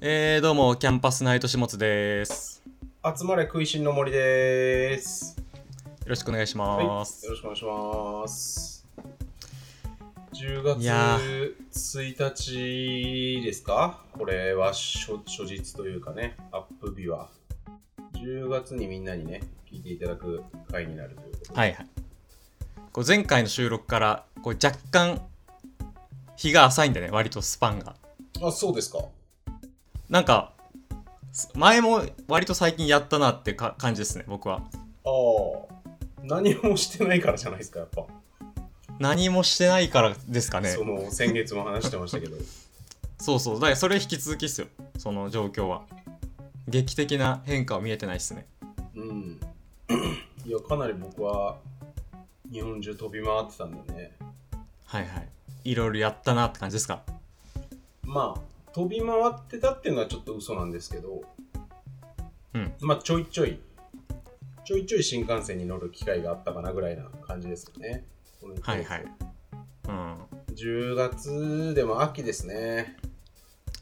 えー、どうも、キャンパスナイトしもつです。集まれ食いしんの森です。よろしくお願いしはい、よまろす。しくお願いします。10いや月1日ですかこれは初初日というかね、アップ日は。10月にみんなにね、聞いていただく回になるということで。はいはい。こう前回の収録からこう若干日が浅いんでね、割とスパンが。あ、そうですか。なんか、す前も割と最近やったなってか感じですね、僕は。ああ。何もしてないからじゃないですか、やっぱ。何もしてないからですかね。その、先月も話してましたけど。そうそう。だからそれ引き続きっすよ、その状況は。劇的な変化は見えてないっすね。うん。 いや、かなり僕は、日本中飛び回ってたんでね。はいはい。いろいろやったなって感じですか。まあ飛び回ってたっていうのはちょっと嘘なんですけどうん。まあちょいちょいちょいちょい新幹線に乗る機会があったかなぐらいな感じですよねこの一ヶはい月はい。うん。 10月でも秋ですね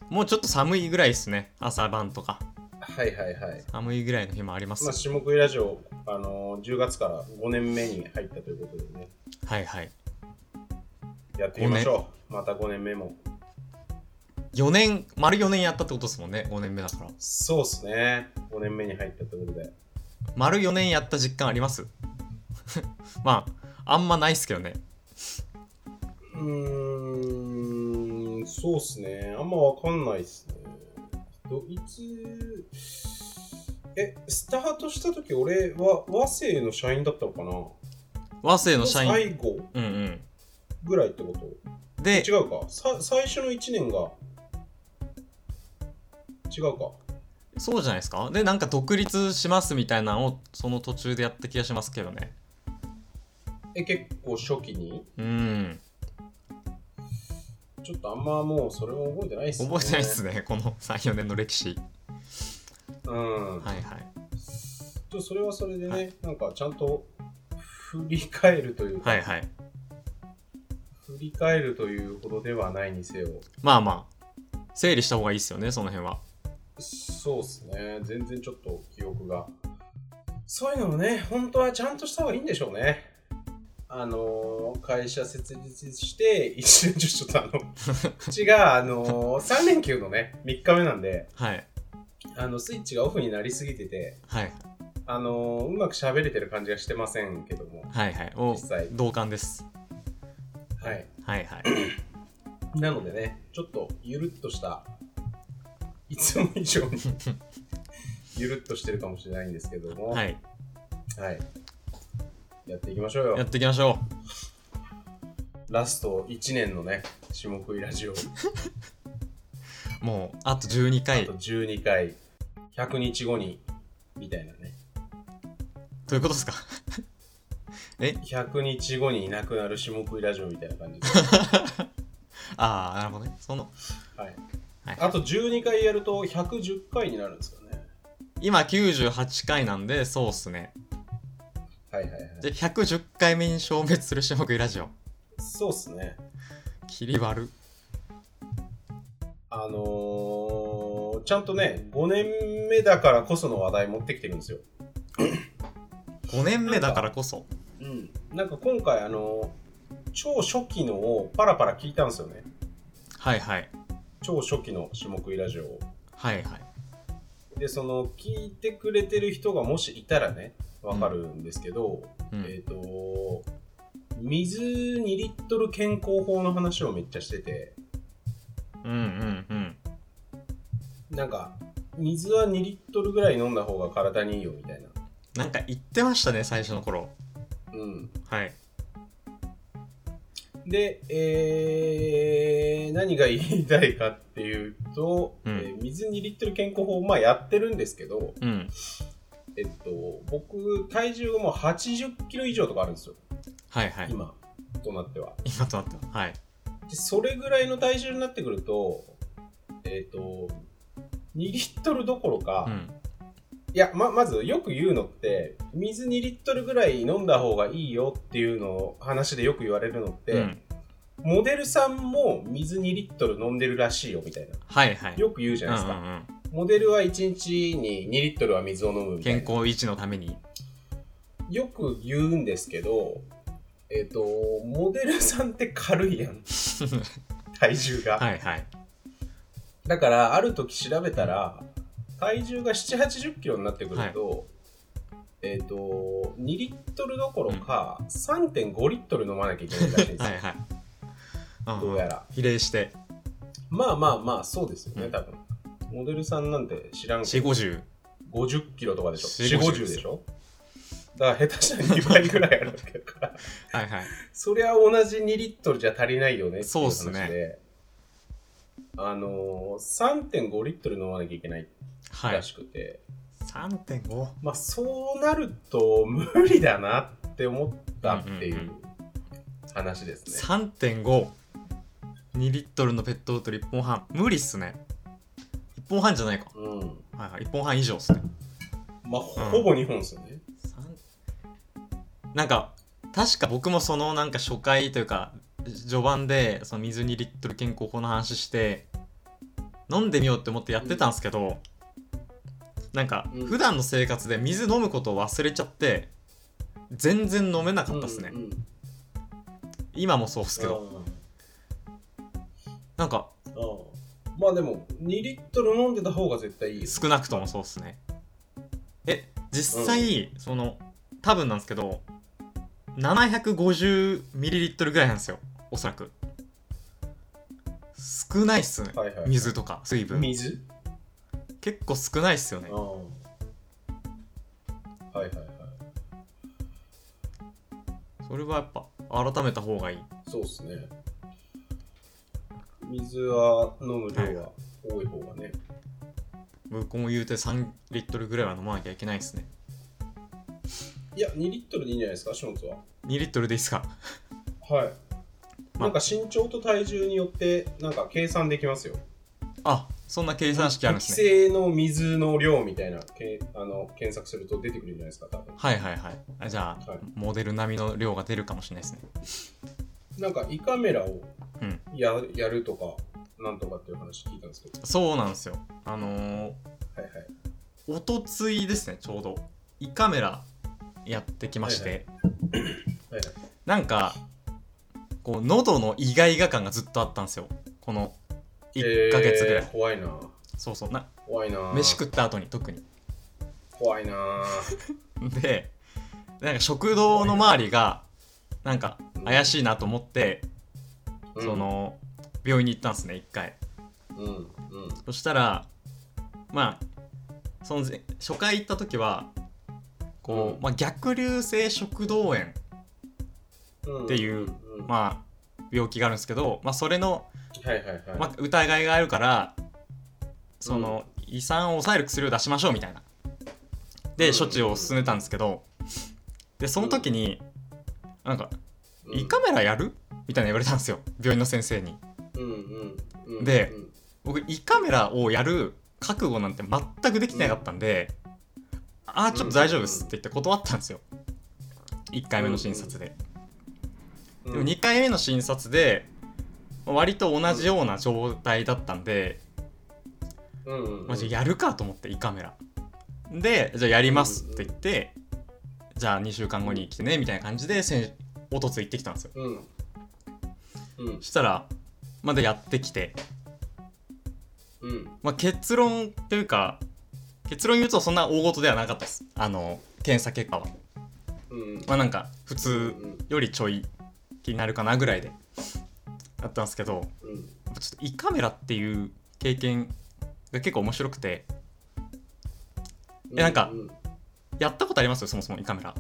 もうちょっと寒いぐらいですね。朝晩とか。はいはいはい寒いぐらいの日もあります。まあ下食いラジオ、あのー10月から5年目に入ったということでねはいはい。やっていきましょうまた5年目も4年、丸4年やったってことですもんね。5年目だから。そうっすね5年目に入ったということで丸4年やった実感あります まあ、あんまないっすけどね。うーん、そうっすね。あんまわかんないっすね。どいつ、え、スタートした時俺は和製の社員だったのかな和製の社員。最後うんうん。ぐらいってことで、違うかさ最初の1年が。違うか。そうじゃないですか。で、なんか独立しますみたいなのをその途中でやった気がしますけどね。え、結構初期にうん。ちょっとあんまもうそれも覚えてないっすね。覚えてないっすね。この3、4年の歴史。うん。はいはい。ちょっとそれはそれでね、はなんかちゃんと振り返るというか、はいはい。振り返るというほどではないにせよ、まあまあ、整理した方がいいっすよね、その辺は。そうですね。全然ちょっと記憶が。そういうのもね、本当はちゃんとした方がいいんでしょうね。あのー会社設立して、 一年中ちょっとあの、うちが、あのー、3連休のね、3日目なんで、はい。あの、スイッチがオフになりすぎてて、はい。あのーうまく喋れてる感じがしてませんけども、はいはい。お実際同感です。はい。はいはい。なのでね、ちょっとゆるっとした、いつも以上 に、ゆるっとしてるかもしれないんですけども、はい。はい。やっていきましょうやよっ。ていきましょラスト1年のね、下食いラジオ、う。もう、あと12あ回と。12回、100日後に、みたいなね。ということですか え100日後にいなくなる下食いラジオみたいな感じ で。ああ、なるほどね。その、はいはい。あと12回やると110回になるんですかね。今98回なんで、そうっすね。はいはいはい。で、110回目に消滅する種目ラジオ。そうっすね。切り割る。あのー、ちゃんとね、5年目だからこその話題持ってきてるんですよ。 5年目だからこそ。うん。なんか今回、あのー超初期のをパラパラ聞いたんですよね。はいはい。超初期の下食いラジオを。はいはい。でその聞いてくれてる人がもしいたらねわかるんですけど、うんえっ、と水2リットル健康法の話をめっちゃしててうんうんうん。なんか水は2リットルぐらい飲んだ方が体にいいよみたいな、なんか言ってましたね、最初の頃。うん、はい。で、えー何が言いたいかっていうと、うんえー水2リットル健康法まあやってるんですけど、うん。えっと、僕体重がもう80キロ以上とかあるんですよはいはい。今となっては。今となっては。はい。でそれぐらいの体重になってくると、えっ、と、2リットルどころか、うん。いや、ま、まずよく言うのって、水2リットルぐらい飲んだ方がいいよっていうのを話でよく言われるのって、うん。モデルさんも水2リットル飲んでるらしいよみたいな。はいはいよく言うじゃないですうんか。うんうんモデルは1日に2リットルは水を飲むみたい健な。康維持のために よく言うんですけど、えっ、と、モデルさんって軽いやん。 体重が。はいはいだから、ある時調べたら、体重が7、80キロになってくると、えっ、と、2リットルどころか、3.5リットル飲まなきゃいけないらしいんで すはよ。いはいうんどううんやら。比例してまあまあまあ、そうですよね、うん多分。モデルさんなんて知らんけど4 5 0 50キロとかでしょ40 ?4、50でしょだから下手したら2倍ぐらいあるわけだから。 はいはいそりゃ同じ2リットルじゃ足りないよねっていうそうっ話すで。ねあのー、3.5リットル飲まなきゃいけないはいらしくて、 3.5まあそうなると無理だなって思ったっていんうんう話ですね。 3.52リットルのペットボトル1本半無理っすね1本半じゃないかうん。はいはい1本半以上っすねまあほぼ2本ですよね。三なんか確か僕もそのなんか初回というか序盤でその水2リットル健康法の話して飲んでみようって思ってやってたんですけど、なんかうん普段の生活で水飲むことを忘れちゃって全然飲めなかったっすね、うんうんうん今もそうっすけど、なんかうんうんまあでも2リットル飲んでた方が絶対いいです。少なくともそうっすねえ実際、その多分なんですけど 750ml ぐらいなんですよおそらく少ないっすね、はいはいはい水とか水分水結構少ないっすよねはいはいはい。それはやっぱ改めた方がいいそうですね。水は飲む量は多い方がね。僕も言うて3リットルぐらいは飲まなきゃいけないっすねいや、2リットルでいいんじゃないですか、ショーツは。 2リットルでいいっすかはい。まなんか身長と体重によって、なんか計算できますよ。あそんな計算式あるんで適すね正の水の量みたいな、けあの検索すると出てくるんじゃないですか、多分。はいはいはいあじゃあ、はいモデル並みの量が出るかもしれないですねなんか胃カメラをうんや,、やるとか、なんとかっていう話聞いたんですけど。そうなんですよあのー、はいはい。おとついですねちょうど胃カメラやってきまして、はいはいなんかこう喉のイガイガ感がずっとあったんですよこの1ヶ月ぐらい、えー怖いなそうそうな怖いな飯食った後に特に怖いなでなんか食堂の周りがなんか怪しいなと思って、うんそ、の病院に行ったんですね1回うん、うん。そしたらまあその前初回行った時はこう、うんまあ、逆流性食道炎うんっていううんまあ、病気があるんですけど、まあ、それの、はいはいはい。まあ、疑いがあるからその、胃酸を抑える薬を出しましょうみたいなうでん処置を進めたんですけどでその時になんか「胃カメラやる?」みたいな言われたんですよ病院の先生にうんうんうんうん、でうん僕胃カメラをやる覚悟なんて全くできてなかったんで「ああちょっと大丈夫です」って言って断ったんですよ1回目の診察でうんでも2回目の診察でまあ割と同じような状態だったんで、うんうんうんまあ、じゃあやるかと思って胃カメラでじゃあやりますって言って、じゃあ2週間後に来てねみたいな感じで先おとつ行ってきたんですようんうんそしたらまだやってきて、うんまあ、結論というか結論言うとそんな大事ではなかったですあの検査結果はうんまあなんか普う通んよりちょい気になるかなぐらいでだったんですけど、うんやっぱちょっと胃カメラっていう経験が結構面白くてえなんかううやったことありますよそもそも胃カメラ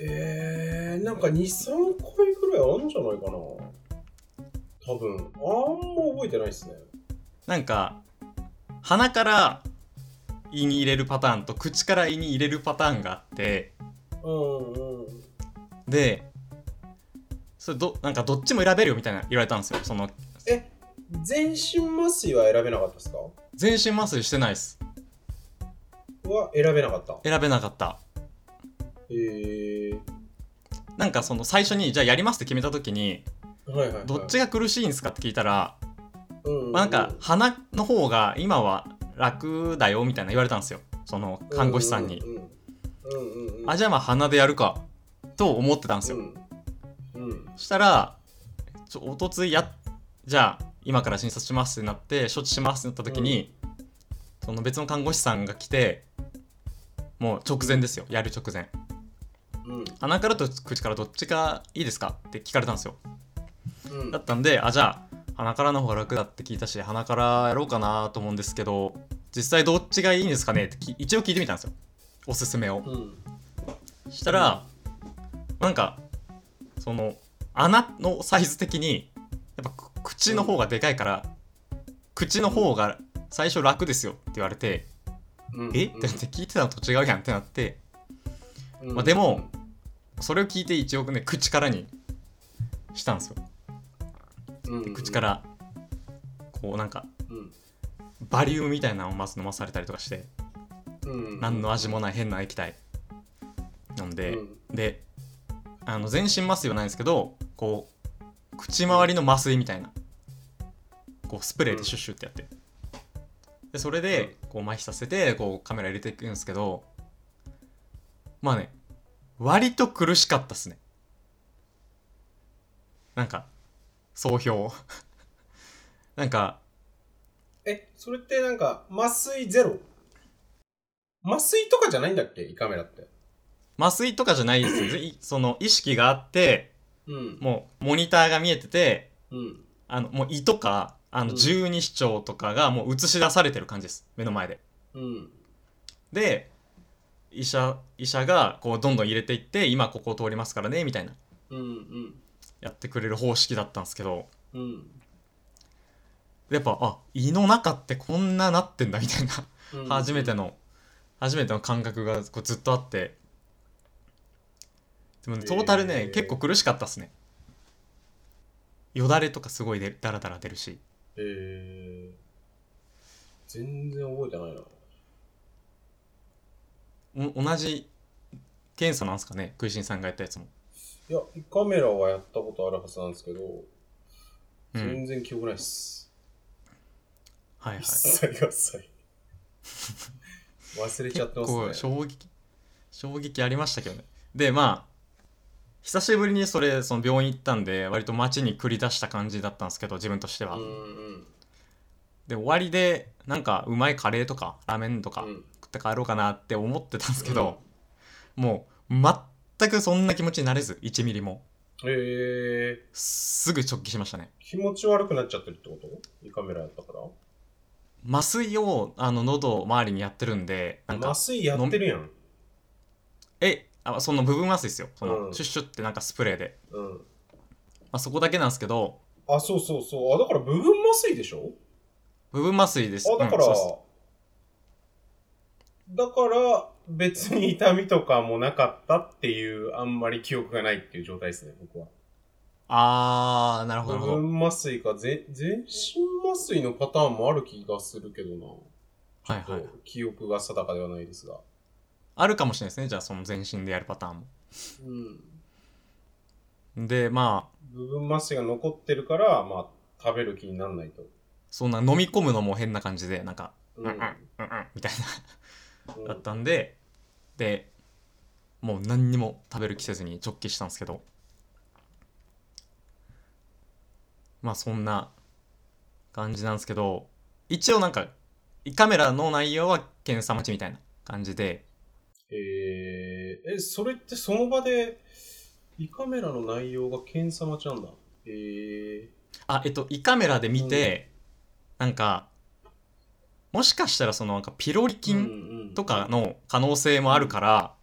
えー、なんか23回ぐらいあるんじゃないかな多分あんま覚えてないですねなんか鼻から胃に入れるパターンと口から胃に入れるパターンがあってうんうんでそれどなんかどっちも選べるよみたいな言われたんですよそのえ全身麻酔は選べなかったですか全身麻酔してないっすは選べなかった選べなかったえー、なんかその最初にじゃあやりますって決めた時にはいはいはい。どっちが苦しいんですかって聞いたら、うううまあ、なんか鼻の方が今は楽だよみたいな言われたんですよその看護師さんに。うんうんうん。うんうんうん、あじゃあまあ鼻でやるかと思ってたんですよ。うん。うん。そしたらちょおとついやじゃあ今から診察しますってなって処置しますってなった時に、その別の看護師さんが来てもう直前ですよやる直前うん鼻からと口からどっちがいいですかって聞かれたんですようんだったんであじゃあ鼻からの方が楽だって聞いたし鼻からやろうかなと思うんですけど実際どっちがいいんですかねってき一応聞いてみたんですよおすすめをうん。したらなんかその穴のサイズ的にやっぱく口の方がでかいから、口の方が最初楽ですよって言われて、うんえってなって聞いてたのと違うやんってなってうんまあでもそれを聞いて一応ね口からにしたんですようん口か。らこうなんかうんバリウムみたいなのをまず飲まされたりとかしてうん。何の味もない変な液体飲んで、うんであの全身麻酔はないんですけどこう口周りの麻酔みたいなこうスプレーでシュッシュってやって、でそれでこう麻痺させてこうカメラ入れていくんですけどまあね割と苦しかったっすねなんか総評 なんかえ、それってなんか、麻酔ゼロ麻酔とかじゃないんだっけ胃カメラって。麻酔とかじゃないですよぜその意識があってうん。もうモニターが見えててうん。あのもう胃とかあうのん十二指腸とかがもう映し出されてる感じです目の前で。うん。で医者医者がこうどんどん入れていって今ここを通りますからねみたいなうん。うん。やってくれる方式だったんですけどうん。やっぱあ胃の中ってこんななってんだみたいなうん初めて。の初めての感覚がこうずっとあってでもねトータルね、えー結構苦しかったっすねよだれとかすごいでダラダラ出るしえー、全然覚えてないな。お同じ検査なんすかね食いしんさんがやったやつも、いや、胃カメラはやったことあるはずなんですけど、うん、全然記憶ないっす。はいはい一切合切。忘れちゃってます結ね。構衝撃衝撃ありましたけどねでまあ久しぶりにそれその病院行ったんで割と街に繰り出した感じだったんですけど自分としては、うんうんで終わりでなんかうまいカレーとかラーメンとかうん食って帰ろうかなって思ってたんですけど、もう全くそんな気持ちになれず1ミリもえー、すぐ直帰しましたね気持ち悪くなっちゃってるってこと胃カメラやったから麻酔をあの喉周りにやってるんでなんか麻酔やってるやん。えあその部分麻酔ですよその、うんシュッシュってなんかスプレーで、うん。まあ、そこだけなんですけどあ、そうそうそう。あ、だから部分麻酔でしょ部分麻酔ですあ、だから、うんそうだから、別に痛みとかもなかったっていう、あんまり記憶がないっていう状態ですね、僕は。あーなるほど部なるほど分麻酔か、ぜ全身麻酔のパターンもある気がするけどな。はいはいこう記憶が定かではないですが。あるかもしれないですねじゃあその全身でやるパターンうん。もでまあ部分麻酔が残ってるから、まあ、食べる気にならないと。そんな飲み込むのも変な感じでなんかううんうんうんうんみたいうんなだったんででもう何にも食べる気せずに直帰したんですけどまあそんな感じなんですけど一応なんか胃カメラの内容は検査待ちみたいな感じでえー、え、それってその場で、胃カメラの内容が検査待ちなんだ。えー、あえっと胃カメラで見て、なんかもしかしたらそのなんかピロリ菌金とかの可能性もあるから、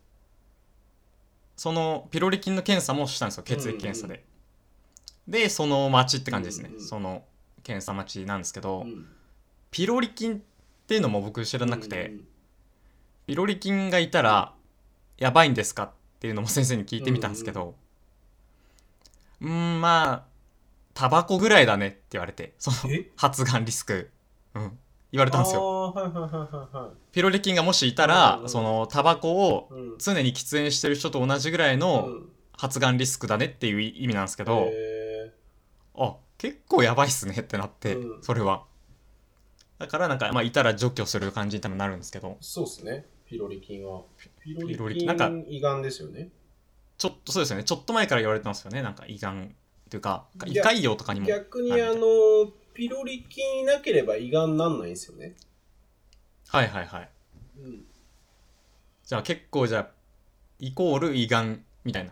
そのピロリ菌の検査もしたんですよ血液検査で、でその待ちって感じですね、うんうんその検査待ちなんですけど、うんピロリ菌っていうのも僕知らなくて、ピロリ菌がいたらやばいんですかっていうのも先生に聞いてみたんですけどうーんまあタバコぐらいだねって言われてそのえ発がんリスク、うん、言わあれたんですよーはいはいはいはいはいピロリ菌がもしいたうらんうんそのタバコをうん常に喫煙してる人と同じぐらいのうん発がんリスクだねっていう意味なんですけど、えあ結構やばいっすねってなって、うんそれはだからなんかまあいたら除去する感じに多分なるんですけどそうですね。ピロリ菌は。ピロリ菌リ菌なんか胃がんですよね。ちょっとそうですよねちょっと前から言われてますよねなんか胃がんというか胃いや潰瘍とかにも逆にはいあの、ピロリ菌なければ胃がんなんないんですよね。はいはいはいうん。じゃあ結構じゃあイコール胃がんみたいな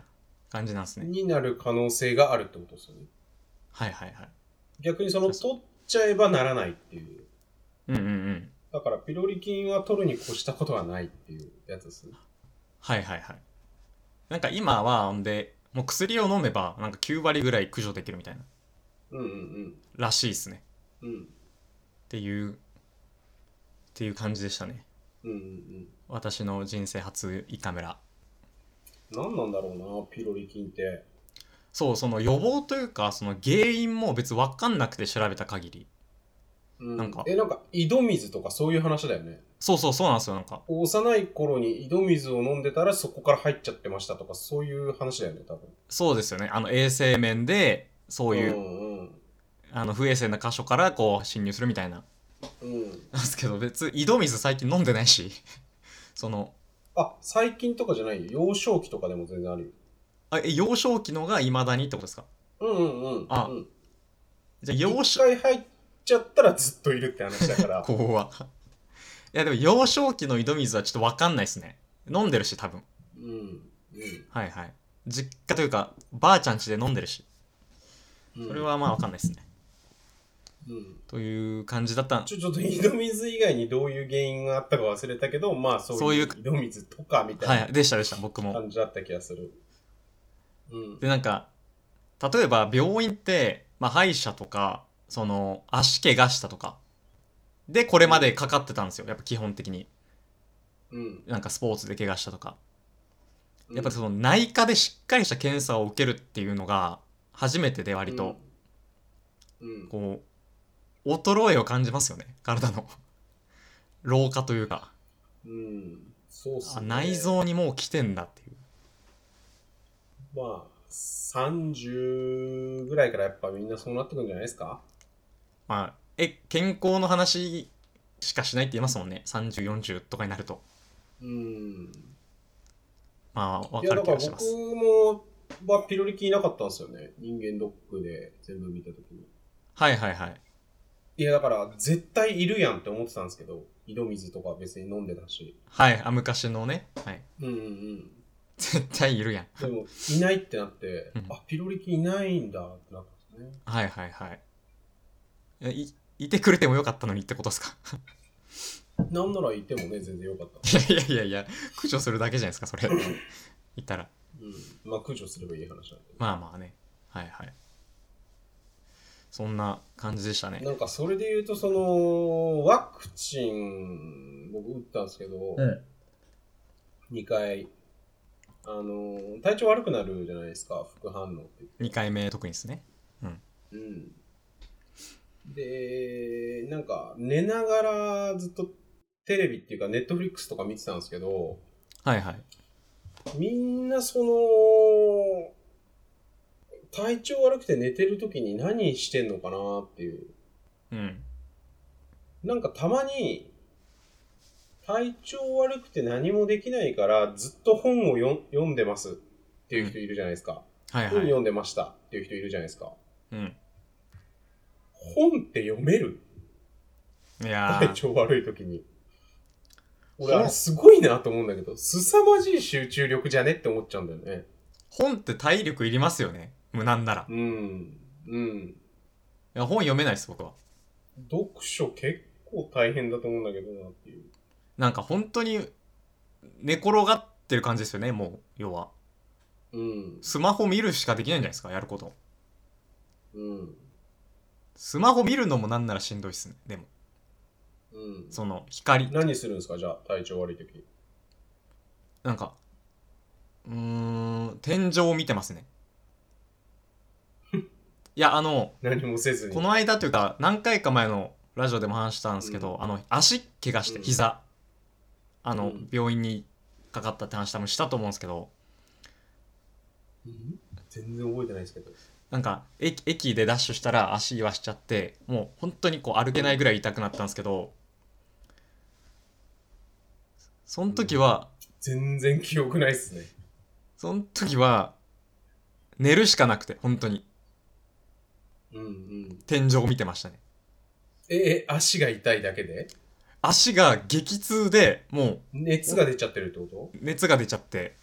感じなんですねになる可能性があるってことですよね。はいはいはい逆にその、そうそ取っちゃえばならないっていう。うんうんうんだから、ピロリ菌は取るに越したことはないっていうやつですね。はいはいはいなんか今はほんでもう薬を飲めばなんか9割ぐらい駆除できるみたいなうんうんらしいですねうん。うん。っていうっていう感じでしたねうんうん私の人生初胃カメラうん。何なんだろうな、ピロリ菌って。そうその予防というかその原因も別分かんなくて調べた限りうん、なんかえ、なんか、井戸水とかそういう話だよね。そうそうそうなんですよなんか幼い頃に井戸水を飲んでたらそこから入っちゃってましたとかそういう話だよね多分そうですよねあの衛生面でそういう、んうんあの不衛生な箇所からこう侵入するみたいなうんなんですけど別井戸水最近飲んでないし そのあ最近とかじゃないよ幼少期とかでも全然あるよあえ幼少期のがいまだにってことですかうんうんうんあうん、じゃあ幼一少回入っちゃったらずっといるって話だから ここはいやでも幼少期の井戸水はちょっと分かんないですね飲んでるし多分うんうんはいはい実家というかばあちゃん家で飲んでるしうんそれ、はまあ分かんないですね、うん、という感じだったちょちょっと井戸水以外にどういう原因があったか忘れたけどまあそういうそう井戸水とかみたはいいでしたでした僕なも感じだった気がするうんでなんか例えば病院って、まあ、歯医者とかその足怪我したとかでこれまでかかってたんですよやっぱ基本的にうんなんかスポーツで怪我したとかうんやっぱその内科でしっかりした検査を受けるっていうのが初めてで割とうんこう衰えを感じますよね体の老化というかうんそうっすあね内臓にもう来てんだっていうまあ、30ぐらいからやっぱみんなそうなってくるんじゃないですかまあえ健康の話しかしないって言いますもんね3040とかになるとうん。まあ分いや、かだる気がから僕しますも、はピロリ菌いなかったんですよね。人間ドックで全部見たときに。はいはいはいいや、だから絶対いるやんって思ってたんですけど、井戸水とか別に飲んでたし。はいあ昔のね、はい、 うんうんうん。絶対いるやんでも、いないってなってうん、あ、ピロリ菌いないんだってなったんですね。はいはいはいえいいてくれてもよかったのにってことですか なんならいてもね、全然よかった。いやいやいやいや駆除するだけじゃないですかそれ言ったらうん。まあ、駆除すればいい話なんで。まあまあねはいはいそんな感じでしたねなんかそれで言うと、その、ワクチン、僕打ったんですけど、うん2回、あのー、体調悪くなるじゃないですか、副反応って。 2回目特にですねうん。で、なんか、寝ながらずっとテレビっていうか、ネットフリックスとか見てたんですけど、はいはいみんなその、体調悪くて寝てる時に何してんのかなっていう。うんなんかたまに、体調悪くて何もできないから、ずっと本をよん読んでますっていう人いるじゃないですか。はい本はい読んでましたっていう人いるじゃないですか。うん本って読めるいや体ー調悪い時に。俺、本あれすごいなと思うんだけど、凄まじい集中力じゃねって思っちゃうんだよね。本って体力いりますよね無難ならいうん。うん。や本読めないです僕は読書結構大変だと思うんだけどなっていう。なんか本当に寝転がってる感じですよねもう要はうん。スマホ見るしかできないんじゃないですかやることうん。スマホ見るのもなんならしんどいっすねでもうん。その光何するんですかじゃあ、体調悪い時。なんかうーん天井を見て ますねいやあの何もせずに。この間というか何回か前のラジオでも話したんですけど、あの足怪我してうん膝、あの、うん病院にかかったって話多分したと思うんですけど全然覚えてないですけど。なんか駅駅でダッシュしたら足言わしちゃってもう本当にこう歩けないぐらい痛くなったんですけどその時は、全然記憶ないっすね。その時は寝るしかなくて本当にうんうん。天井を見てましたねえ、え、足が痛いだけで足が激痛でもう熱が出ちゃってるってこと熱が出ちゃって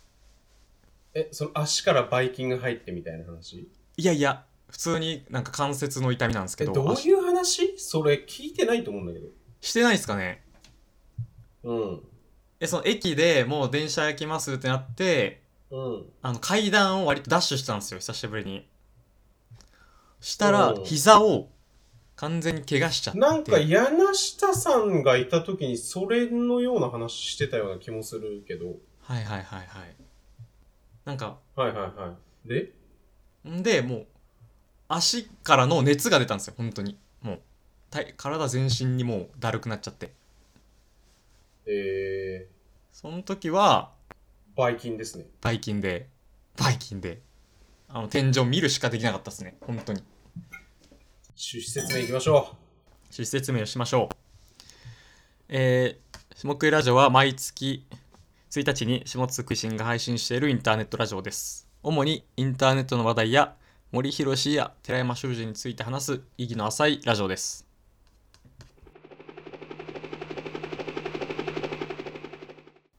え、その足からばい菌が入ってみたいな話いやいや普通になんか関節の痛みなんですけえ、どどう足いう話それ聞いてないと思うんだけど。してないですかねうん。えその駅でもう電車行きますってなってうん。あの階段を割とダッシュしたんですよ久しぶりにしたらおう膝を完全に怪我しちゃってなんか柳下さんがいた時にそれのような話してたような気もするけど。はいはいはいはいなんかはいはいはい。でんでもう足からの熱が出たんですよ本当にもう体体全身にもうだるくなっちゃってえその時はー、ばい菌ですね。バイキンでバイキンであの天井見るしかできなかったですね本当に趣旨説明いきましょ趣旨説明をしましょうえー、下食いラジオは毎月1日に下津久神が配信しているインターネットラジオです主にインターネットの話題や森博氏や寺山修司について話す意義の浅いラジオです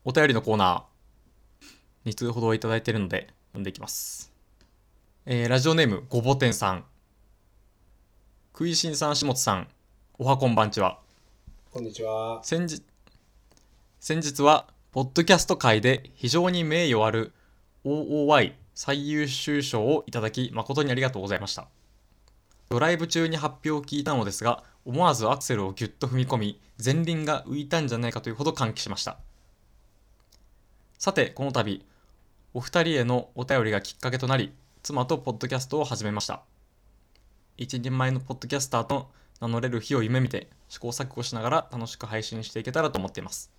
お便りのコーナー2通ほどいただいているので読んでいきます、えーラジオネームごぼてんさん食いしんさん、下津さん、おはこんばんちは。う。こんにちは。先日、先日は、ポッドキャスト界で非常に名誉ある OOY 最優秀賞をいただき、誠にありがとうございました。ドライブ中に発表を聞いたのですが、思わずアクセルをぎゅっと踏み込み、前輪が浮いたんじゃないかというほど歓喜しました。さて、この度、お二人へのお便りがきっかけとなり、妻とポッドキャストを始めました。一人前のポッドキャスターと名乗れる日を夢見て試行錯誤しながら楽しく配信していけたらと思っています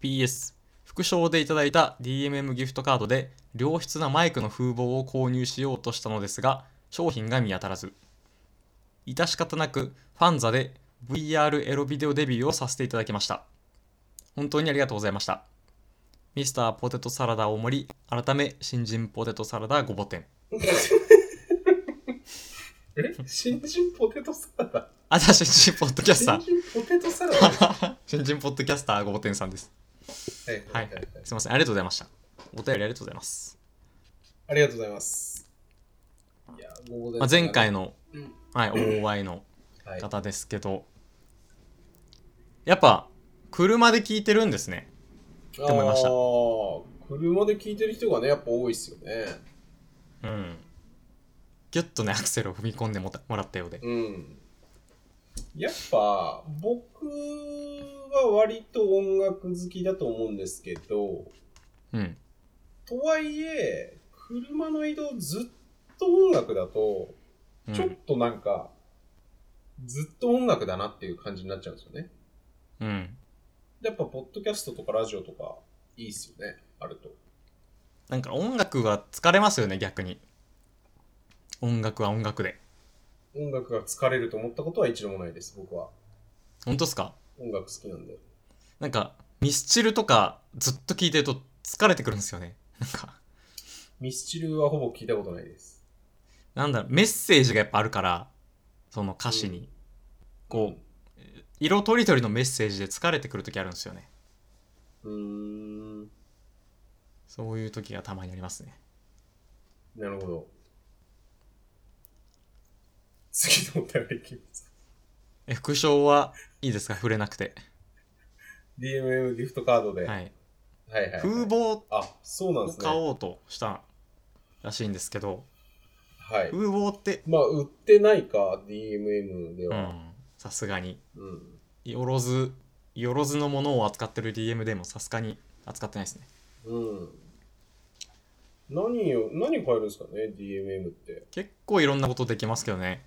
PS 副賞でいただいた DMM ギフトカードで良質なマイクの風貌を購入しようとしたのですが商品が見当たらず致し方なくファンザで VR エロビデオデビューをさせていただきました本当にありがとうございましたミスターポテトサラダ大盛り改め新人ポテトサラダごぼ天え新人ポテトサラ ダあじゃあ新人ポッドキャスター新人ポテトサラダは 新人ポッドキャスターごぼてんさんです。いははいいはいはい。すいません、ありがとうございました。お便りありがとうございます。ありがとうございます。いや、ごぼまあ、前回の、うんはい、OY のはい、方ですけど、やっぱ、車で聞いてるんですね。て思いました車で聞いてる人がね、やっぱ多いっすよね。うん。ぎゅっとね、アクセルを踏み込んでもたもらったようで。うん。やっぱ、僕は割と音楽好きだと思うんですけど、うん。とはいえ、車の移動ずっと音楽だと、うんちょっとなんか、ずっと音楽だなっていう感じになっちゃうんですよね。うん。やっぱ、ポッドキャストとかラジオとか、いいっすよね、あると。なんか音楽は疲れますよね、逆に。音楽は音楽で。音楽が疲れると思ったことは一度もないです、僕は。本当っすか音楽好きなんで。なんか、ミスチルとかずっと聞いてると疲れてくるんですよね。なんか。ミスチルはほぼ聞いたことないです。なんだろうメッセージがやっぱあるからその歌詞に、こう色とりどりのメッセージで疲れてくる時あるんですよねう。うーん。そういう時がたまにありますねなるほど。次のお便りいきます。え副賞はいいですか触れなくて、 DMM ギフトカードで。は、はいい、はいはいはい風貌あ、そうなんをですね。買おうとしたらしいんですけどはい。風貌ってまあ、売ってないか、DMM でうは。んさすがにうん。よろずよろずのものを扱ってる DM でもさすがに扱ってないですねうん。何を、何買えるんですかね、DMM って。結構いろんなことできますけどね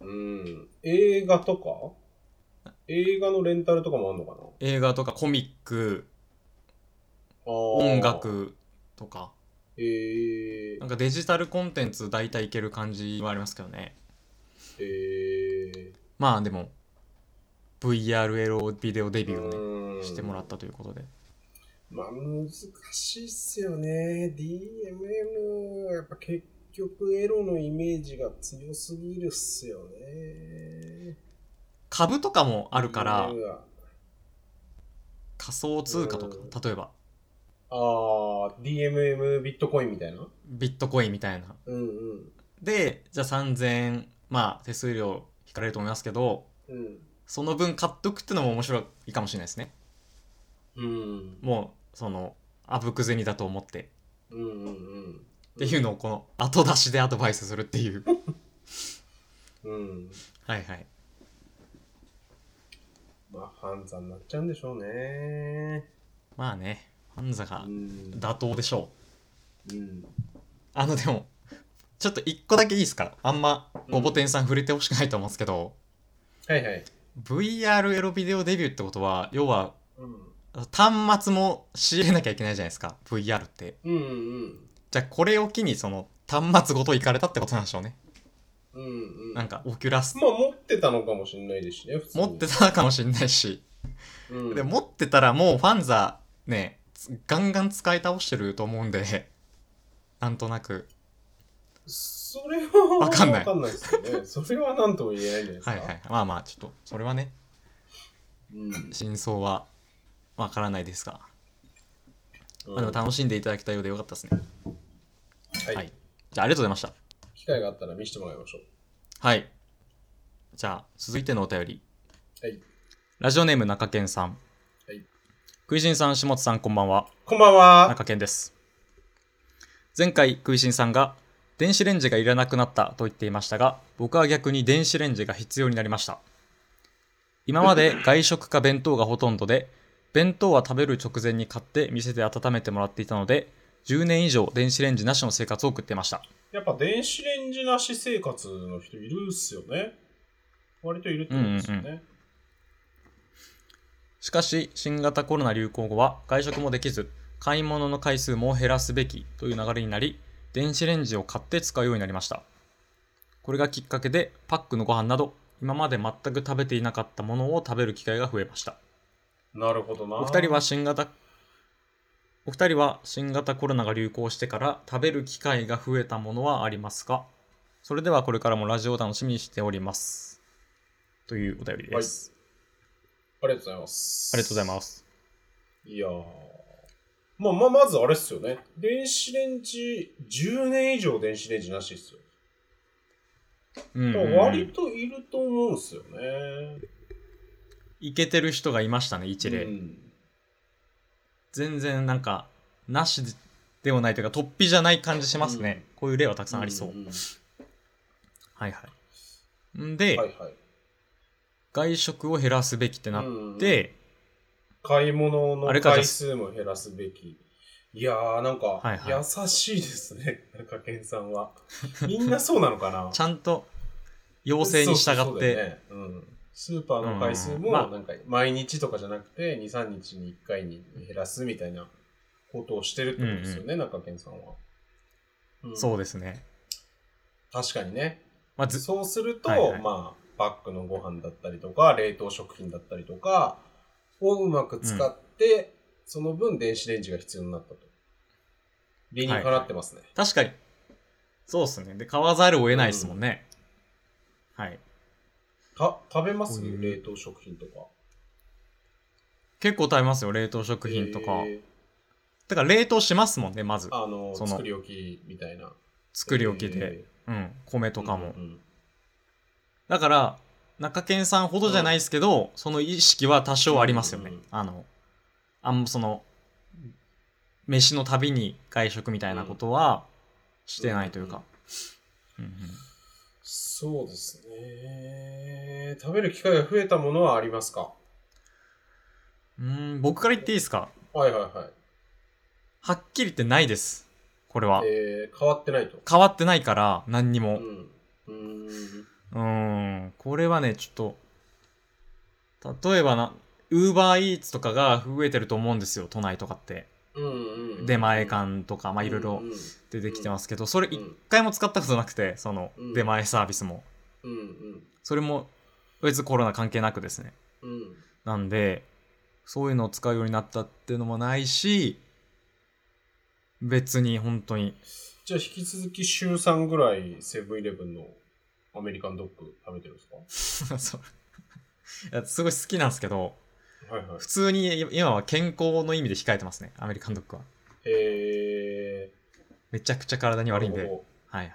うん。映画とか映画のレンタルとかもあんのかな映画とかコミックあー音。楽とかええーなんかデジタルコンテンツ大体いける感じはありますけどねえまあでも VRL ビデオデビューをねーうんしてもらったということでまあ難しいっすよね DMM やっぱ結局エロのイメージが強すぎるっすよね株とかもあるからうんあ仮想通貨とか例えばあ DMM ビットコインみたいなビットコインみたいなうんうんでじゃあ3000円まあ手数料引かれると思いますけどうんその分買っとくってのも面白いかもしれないですねうんもうそのあぶく銭だと思ってうんうんっていうのをこの後出しでアドバイスするっていううんうんはいはいまあ犯罪になっちゃうんでしょうねまあねファンザがうん妥当でしょううんあのでもちょっと一個だけいいですかあんまごぼてんさん触れてほしくないと思うんですけど、はいはい VR エロビデオデビューってことは要はうん端末も仕入れなきゃいけないじゃないですか VR ってうんうんじゃあこれを機にその端末ごと行かれたってことなんでしょうねうんうんなんかオキュラスまあ持ってたのかもしれないですしね普通に持ってたかもしんないし、うんで持ってたらもうファンザねつガンガン使い倒してると思うんでなんとなくそれはわかんないわかんないですよね。それは何とも言えないんじゃないですか。はいはいはいまあまあちょっとそれはねうん真相はわからないですが、まあ、でもは楽しんでいただけたようでよかったですね、い、はいじゃあありがとうございました機会があったら見せてもらいましょはいじゃあ続いてのお便りう。はい。ラジオネーム中堅さん、はい、クイジンさん下津さんこんばんはこんばんは。中堅です前回食いしんさんが電子レンジがいらなくなったと言っていましたが僕は逆に電子レンジが必要になりました今ま で外食か弁当がほとんどで弁当は食べる直前に買って店で温めてもらっていたので10年以上電子レンジなしの生活を送っていましたやっぱ電子レンジなし生活の人いるっすよね。割といるってことですよね。うんしかし新型コロナ流行後は外食もできず買い物の回数も減らすべきという流れになり電子レンジを買って使うようになりましたこれがきっかけでパックのご飯など今まで全く食べていなかったものを食べる機会が増えましたなるほどな。お二人は新型お二人は新型コロナが流行してから食べる機会が増えたものはありますかそれではこれからもラジオを楽しみにしておりますというお便りです、ありがとうございます。。ありがとうございますすいやー。まあまあ、まずあれっすよね。電子レンジ、10年以上電子レンジなしっすよ。うんうんだかうんら割といると思うんすよね。いけてる人がいましたね一例、うん全然なんかなしではないというか突飛じゃない感じしますね、こういう例はたくさんありそう、んんんはいはいんで、はいはい。外食を減らすべきってなっうんうんて、買い物のあれか回数も減らすべき。いやー、なんかはい、はい優しいですね、中堅さんは。みんなそうなのかな ちゃんと要請に従そうそうっだてよねうんスーパーの回数うも、んまあなんか、毎日とかじゃなくて、2、3日に1回に減らすみたいなことをしてるってことですよね、中堅さんは。うんそうですね、確かにね。まあ、ずそうすると、はいはいまあ、パックのご飯だったりとか、冷凍食品だったりとかをうまく使って、その分電子レンジが必要になったと。理にかなってますね。確かにそうですねで買わざるを得ないですもんね、はいた食べます、うん冷凍食品とか。結構食べますよ冷凍食品とか、えーだから冷凍しますもんねまずあの、その作り置きみたいな。作り置きで、えうん米ーとかも、うんうんだから中堅さんほどじゃないですけど、その意識は多少ありますよね、うんうんあのあんまその飯のたびに外食みたいなことはしてないというか、うんうんそうですね。食べる機会が増えたものはありますかうーん僕から言っていいですかはいはいはい。はっきり言ってないですこれは、えー変わってないと。変わってないから何にもうん。うーん。うーんこれはねちょっと例えばなウーバーイーツとかが増えてると思うんですよ都内とかってうんうんうんうん出前館とかまあいろいろうん出てきてますけどそれ一回も使ったことなくてそのうん出前サービスもうんうんそれも別にコロナ関係なくですねうんなんでそういうのを使うようになったっていうのもないし別に本当に じゃあ引き続き週3ぐらいセブンイレブンのアメリカンドッグ食べてるんですそういやすごい好きなんですけどかはいはい。普通に今は健康の意味で控えてますねアメリカンドッグはえめちゃくちゃ体にー、悪いんでなはるいほはい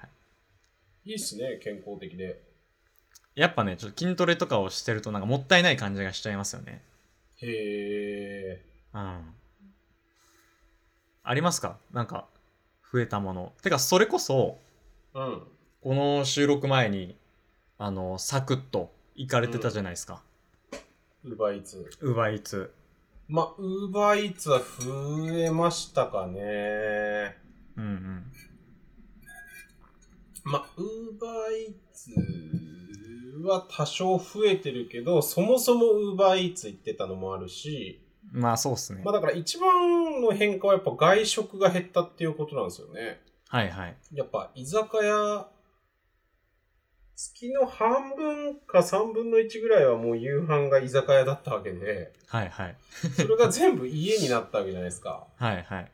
どいいっすね、健康的で。やっぱねちょっと筋トレとかをしてるとなんかもったいない感じがしちゃいますよねへうんありますかなんか増えたものてかそれこそー、うん。この収録前にあのサクッと行かれてたじゃないですか、ウーバーイーツ。ウーバーイーツまあ、ウーバーイーツは増えましたかね。うんうんまあ、ウーバーイーツは多少増えてるけど、そもそもウーバーイーツ行ってたのもあるし、まあそうっすね、まあだから一番の変化はやっぱ外食が減ったっていうことなんですよね。はいはいやっぱ居酒屋、月の半分か三分の一ぐらいはもう夕飯が居酒屋だったわ けで、はいはいそれが全部家になったわけじゃないですか。はいはい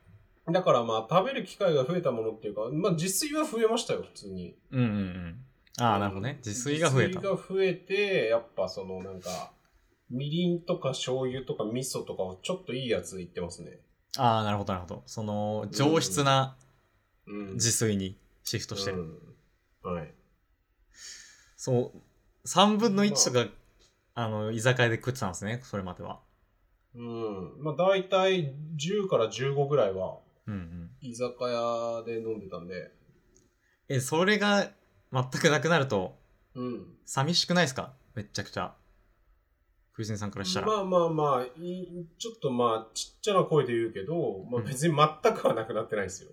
だからまあ食べる機会が増えたものっていうか、まあ自炊は増えましたよ、普通に。うんうんうんああなるほどね自炊が増えた自炊が増えて、やっぱそのなんか、みりんとか醤油とか味噌とかをちょっといいやついってますね。ああなるほどなるほどその上質なうん。自炊にシフトしてる、うんはい。そう3分の1とか、あの居酒屋で食ってたんですねそれまではうん。まあ大体10から15ぐらいはうんうん居酒屋で飲んでたんで。えそれが全くなくなるとうん。寂しくないですかめっちゃくちゃクイズンさんからしたら、まあまあまあ、いちょっとまあ、ちっちゃな声で言うけど、まあうん別に全くはなくなってないですよ。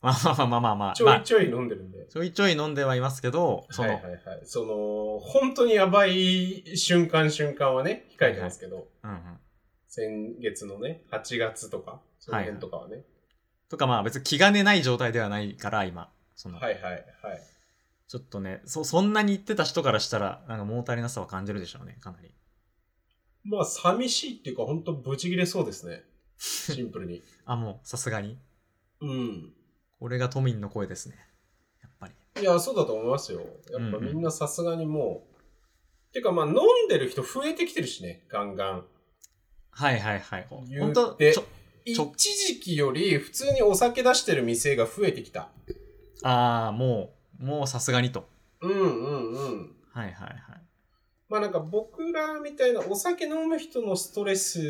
まあ、まあまあまあまあちょいちょい飲んでるんで。ちょいちょい飲んではいますけどそはいの、はいはい。その、本当にやばい瞬間瞬間はね、控えてますけど、うんうん、先月のね、8月とか、その辺とかはね。とかまあ別に気兼ねない状態ではないから今その、はいはいはい。ちょっとねそそんなに言ってた人からしたらなんか物足りなさは感じるでしょうねかなりまあ、寂しいっていうか、本当ブチ切れそうですね。シンプルに。あもうさすがにうん。これが都民の声ですねやっぱりいや、そうだと思いますよ。やっぱうんうんみんなさすがにもう。てかまあ飲んでる人増えてきてるしね、ガンガン。はいはいはいほ言んうとてちょ一ちょ時期より普通にお酒出してる店が増えてきた。ああもうもうさすがにとうんうんうん。はいはいはいまあなんか僕らみたいなお酒飲む人のストレスっ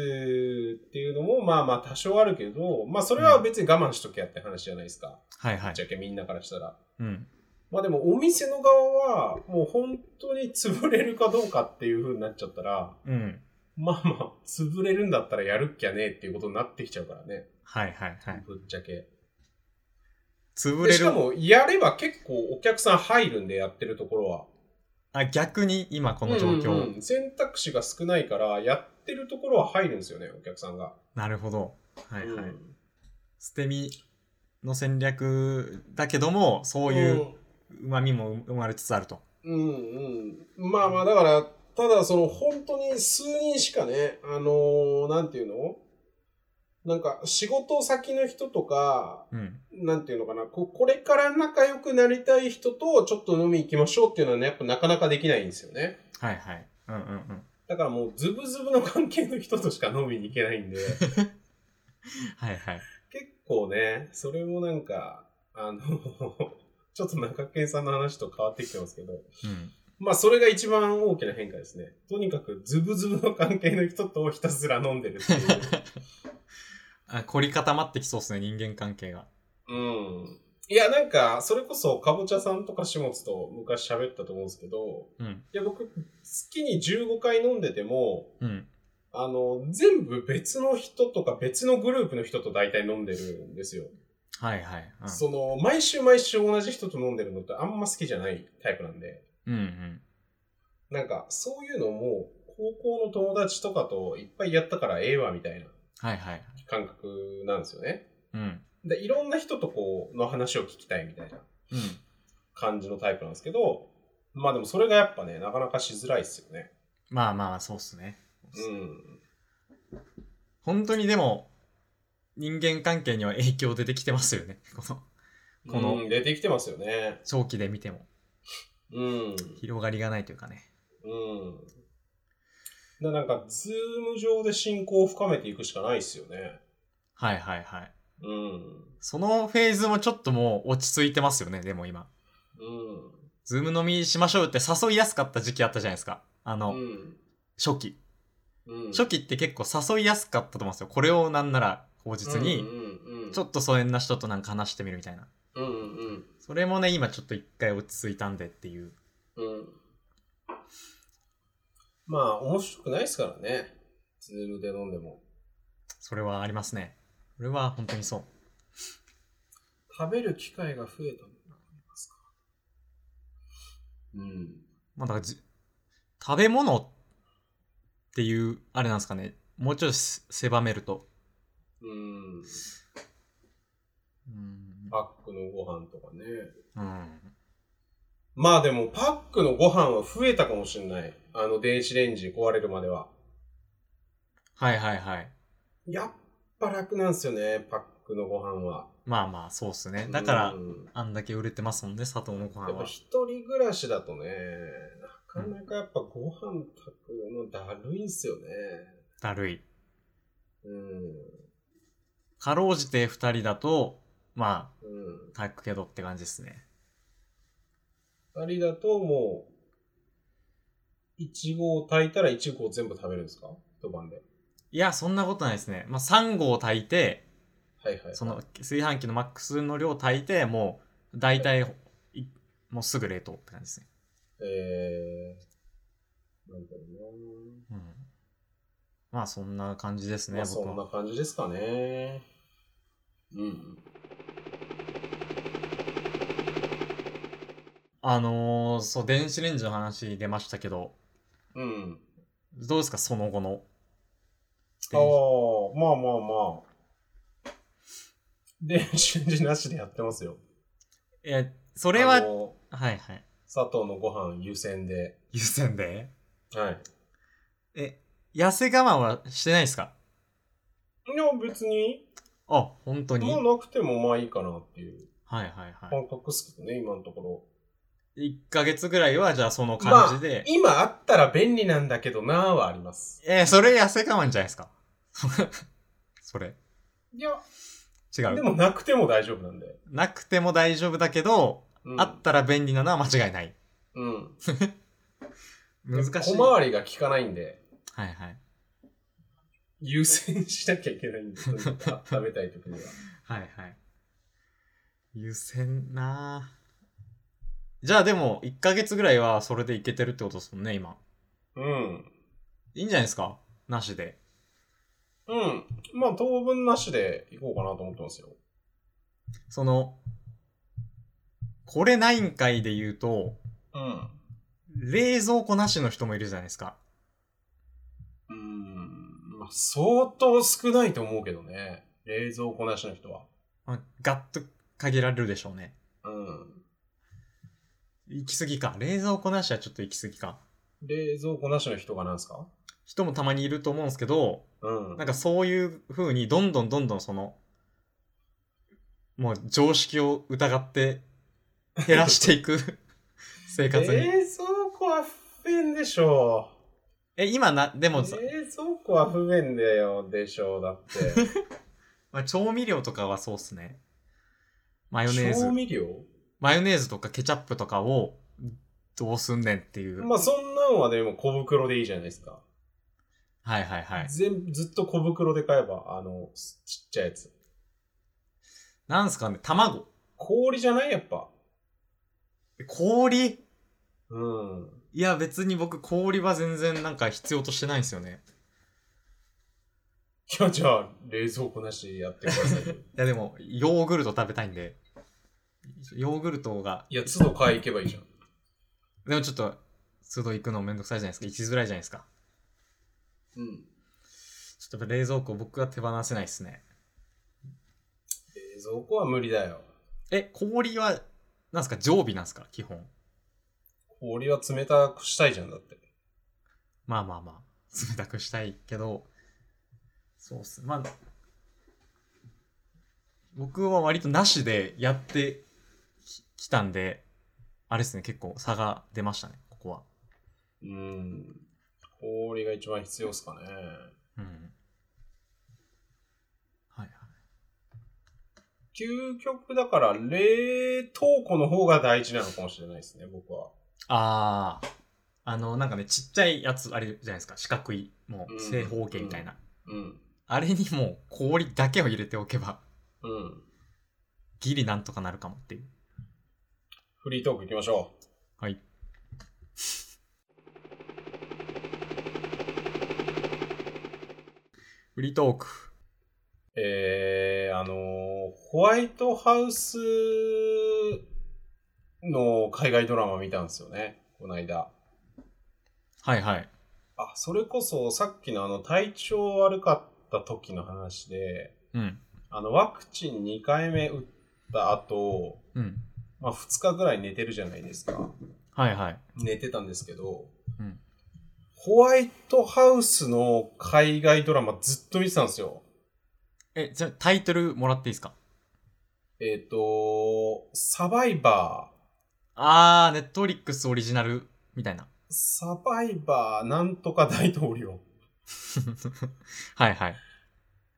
ていうのもまあまあ多少あるけど、まあそれは別に我慢しとけやって話じゃないですか。はいぶはっいちゃけみんなからしたら。うんまあでもお店の側はもう本当に潰れるかどうかっていう風になっちゃったら、うんまあまあ、潰れるんだったらやるっきゃねえっていうことになってきちゃうからね。はいはいはいぶっちゃけ。潰でれしかるも、やれば結構お客さん入るんで、やってるところは。あ逆に今この状況、うんうん選択肢が少ないから、やってるところは入るんですよね、お客さんが。なるほどはいはい、うん捨て身の戦略だけどもそういううまみも生まれつつあるとうんうんうん。まあまあ、だから、ただその本当に数人しかね、あのーなんていうのなんか仕事先の人とか、うんなんていうのかな、ここれから仲良くなりたい人とちょっと飲み行きましょうっていうのはね、やっぱなかなかできないんですよね。はいはいうんうんうんだからもうズブズブの関係の人としか飲みに行けないんで、結はいはい構ね、それもなんか、あの、 ちょっと中堅さんの話と変わってきてますけど、うんまあそれが一番大きな変化ですね。とにかくズブズブの関係の人とひたすら飲んでるっていう。あ凝り固まってきそうですね人間関係がうん。いや、なんか、それこそ、かぼちゃさんとか始末と昔喋ったと思うんですけど、うんいや、僕、月に15回飲んでても、うんあの、全部別の人とか別のグループの人と大体飲んでるんですよ。はいはい、うん、その、毎週毎週同じ人と飲んでるのってあんま好きじゃないタイプなんで、うんうんなんか、そういうのも、高校の友達とかといっぱいやったからええわみたいなはいはい感覚なんですよね。うんで、いろんな人とこう、の話を聞きたいみたいなうん。感じのタイプなんですけど、まあでもそれがやっぱね、なかなかしづらいっすよね。まあまあ、そうっすね。うん。本当にでも、人間関係には影響出てきてますよね。この、このうん出てきてますよね。長期で見ても。うん。広がりがないというかね。うん。だなんか、ズーム上で進行を深めていくしかないっすよね。はいはいはい。うん。そのフェーズもちょっともう落ち着いてますよね、でも今。うん。ズーム飲みしましょうって誘いやすかった時期あったじゃないですか。あうの、ん。初期。うん初期って結構誘いやすかったと思うんですよ。これをなんなら口実うんに、うんうん、ちょっと疎遠な人となんか話してみるみたいな。うんうんそれもね、今ちょっと一回落ち着いたんでっていう。うんうんまあ面白くないですからねズームで飲んでもそれはありますね。これは本当にそう。食べる機会が増えたのがありますかうんまあだからじ、食べ物っていう、あれなんですかね。もうちょっとせ狭めると。うんうん。パックのご飯とかねうん。まあでもパックのご飯は増えたかもしれないあの電子レンジ壊れるまでははいはいはい。やっぱ楽なんですよねパックのご飯はまあまあ、そうっすね。だからう、んあんだけ売れてますもんね、佐藤のご飯やっぱは。一人暮らしだとね、なかなかやっぱご飯炊くのだるいんすよね。だるい。うん。かろうじて二人だと、まうあ、ん炊くけどって感じですね。。二人だともう、いちごを炊いたらいちごを全部食べるんですか一晩で。いや、そんなことないですね。まあ、3合炊いて、はいはい。その炊飯器のマックスの量炊いて、もう、大体、いもうすぐ冷凍って感じですね。えー、なんだろうん。まあ、そんな感じですうな。ね、まあ僕そんなは。感じですかね。うん。あのー、そう、電子レンジの話出ましたけど、うん。どうですか、その後の。ああ、まあまあまあ。電子レンジなしで やってますよ。え、そこれは、はいはい。砂糖のご飯優先で。優先ではい。え、痩せ我慢はしてないですかいや、別に、あ、本当にもはいうなくてもまあいいかなっていうはいは感覚っすけどね、今のところ。い。1ヶ月ぐらいは、じゃあその感じで。今あったら便利なんだけどなぁはあります。えーそれ痩せ我慢じゃないですか。 それ。いや、違でう。もなくても大丈夫なんで。なくても大丈夫だけど、うん、あったら便利なのは間違いない。うん。難しい。小は回りが効かないんで、いはい。優先しなきゃいけないんで、とにかくあ食べたい時には。はいはい。優先なぁじゃあでも、1ヶ月ぐらいはそれでいけてるってことですもんね、今。うん。いいんじゃないですかなしで。うん。まあ当分なしでいこうかなと思ってますよ。その、これないんかいで言うと、うん。冷蔵庫なしの人もいるじゃないですか。うん。まあ相当少ないと思うけどね。冷蔵庫なしの人は。まあ、ガッと限られるでしょうね。うん。行き過ぎか。冷蔵庫なしはちょっと行き過ぎか。冷蔵庫なしの人がなんですか人もたまにいると思うんですけど、うんなんかそういう風にどんどんどんどんその、もう常識を疑って減らしていく生冷活に。蔵庫は不便でしょえ、今な、でう。も冷さ、蔵庫は不便だよ、でしょう、だって。まあ、調味料とかはそうっすね。マヨネーズ調。味料マヨネーズとかケチャップとかをどうすんねんっていう。まあそんなんはでも小袋でいいじゃないですか。はいはいはい。全部ずっと小袋で買えば、あの、すちっちゃいやつ。なんすかね、卵。氷じゃないやっぱ。氷うん。いや別に僕氷は全然なんか必要としてないんですよね。いや、じゃあ、冷蔵庫なしでやってくだ さいよ。いやでもヨーグルト食べたいんで。ヨーグルトが、いや、都度買い行けばいいじゃん。でもちょっと、都度行くのめんどくさいじゃないですか。行きづらいじゃないですか。うん。ちょっとやっぱ冷蔵庫僕は手放せないですね。冷そこは無理だよ。え、氷は、なんすか、常備なんすか、基本。氷は冷たくしたいじゃんだって。まあまあまあ、冷たくしたいけど、そうっす。まあ、僕は割となしでやってききたんで、あれですね、結構差が出ましたね、ここは。うん。氷が一番必要っすかね。うん。はいはい。究極だから冷凍庫の方が大事なのかもしれないですね、僕は。ああ、あの、なんかね、ちっちゃいやつあれじゃないですか、四角い、もううん正方形みたいな。うん。あれにもう氷だけを入れておけば、うん。ギリなんとかなるかもっていう。フリートーク行きましょう。はい。フリートーク。えー、あのーホワイトハウスの海外ドラマ見たんですよね、この間。はいはい。あ、それこそさっきのあの体調悪かった時の話で、うん。あのワクチン2回目打った後、うん。まあ2日ぐらい寝てるじゃないですか。はいはい。寝てたんですけど、うんホワイトハウスの海外ドラマずっと見てたんですよ。え、じゃあタイトルもらっていいですかえっ、と、サバイバー、あー、ネットフリックスオリジナルみたいな。サバイバーなんとか大統領。 はいはい。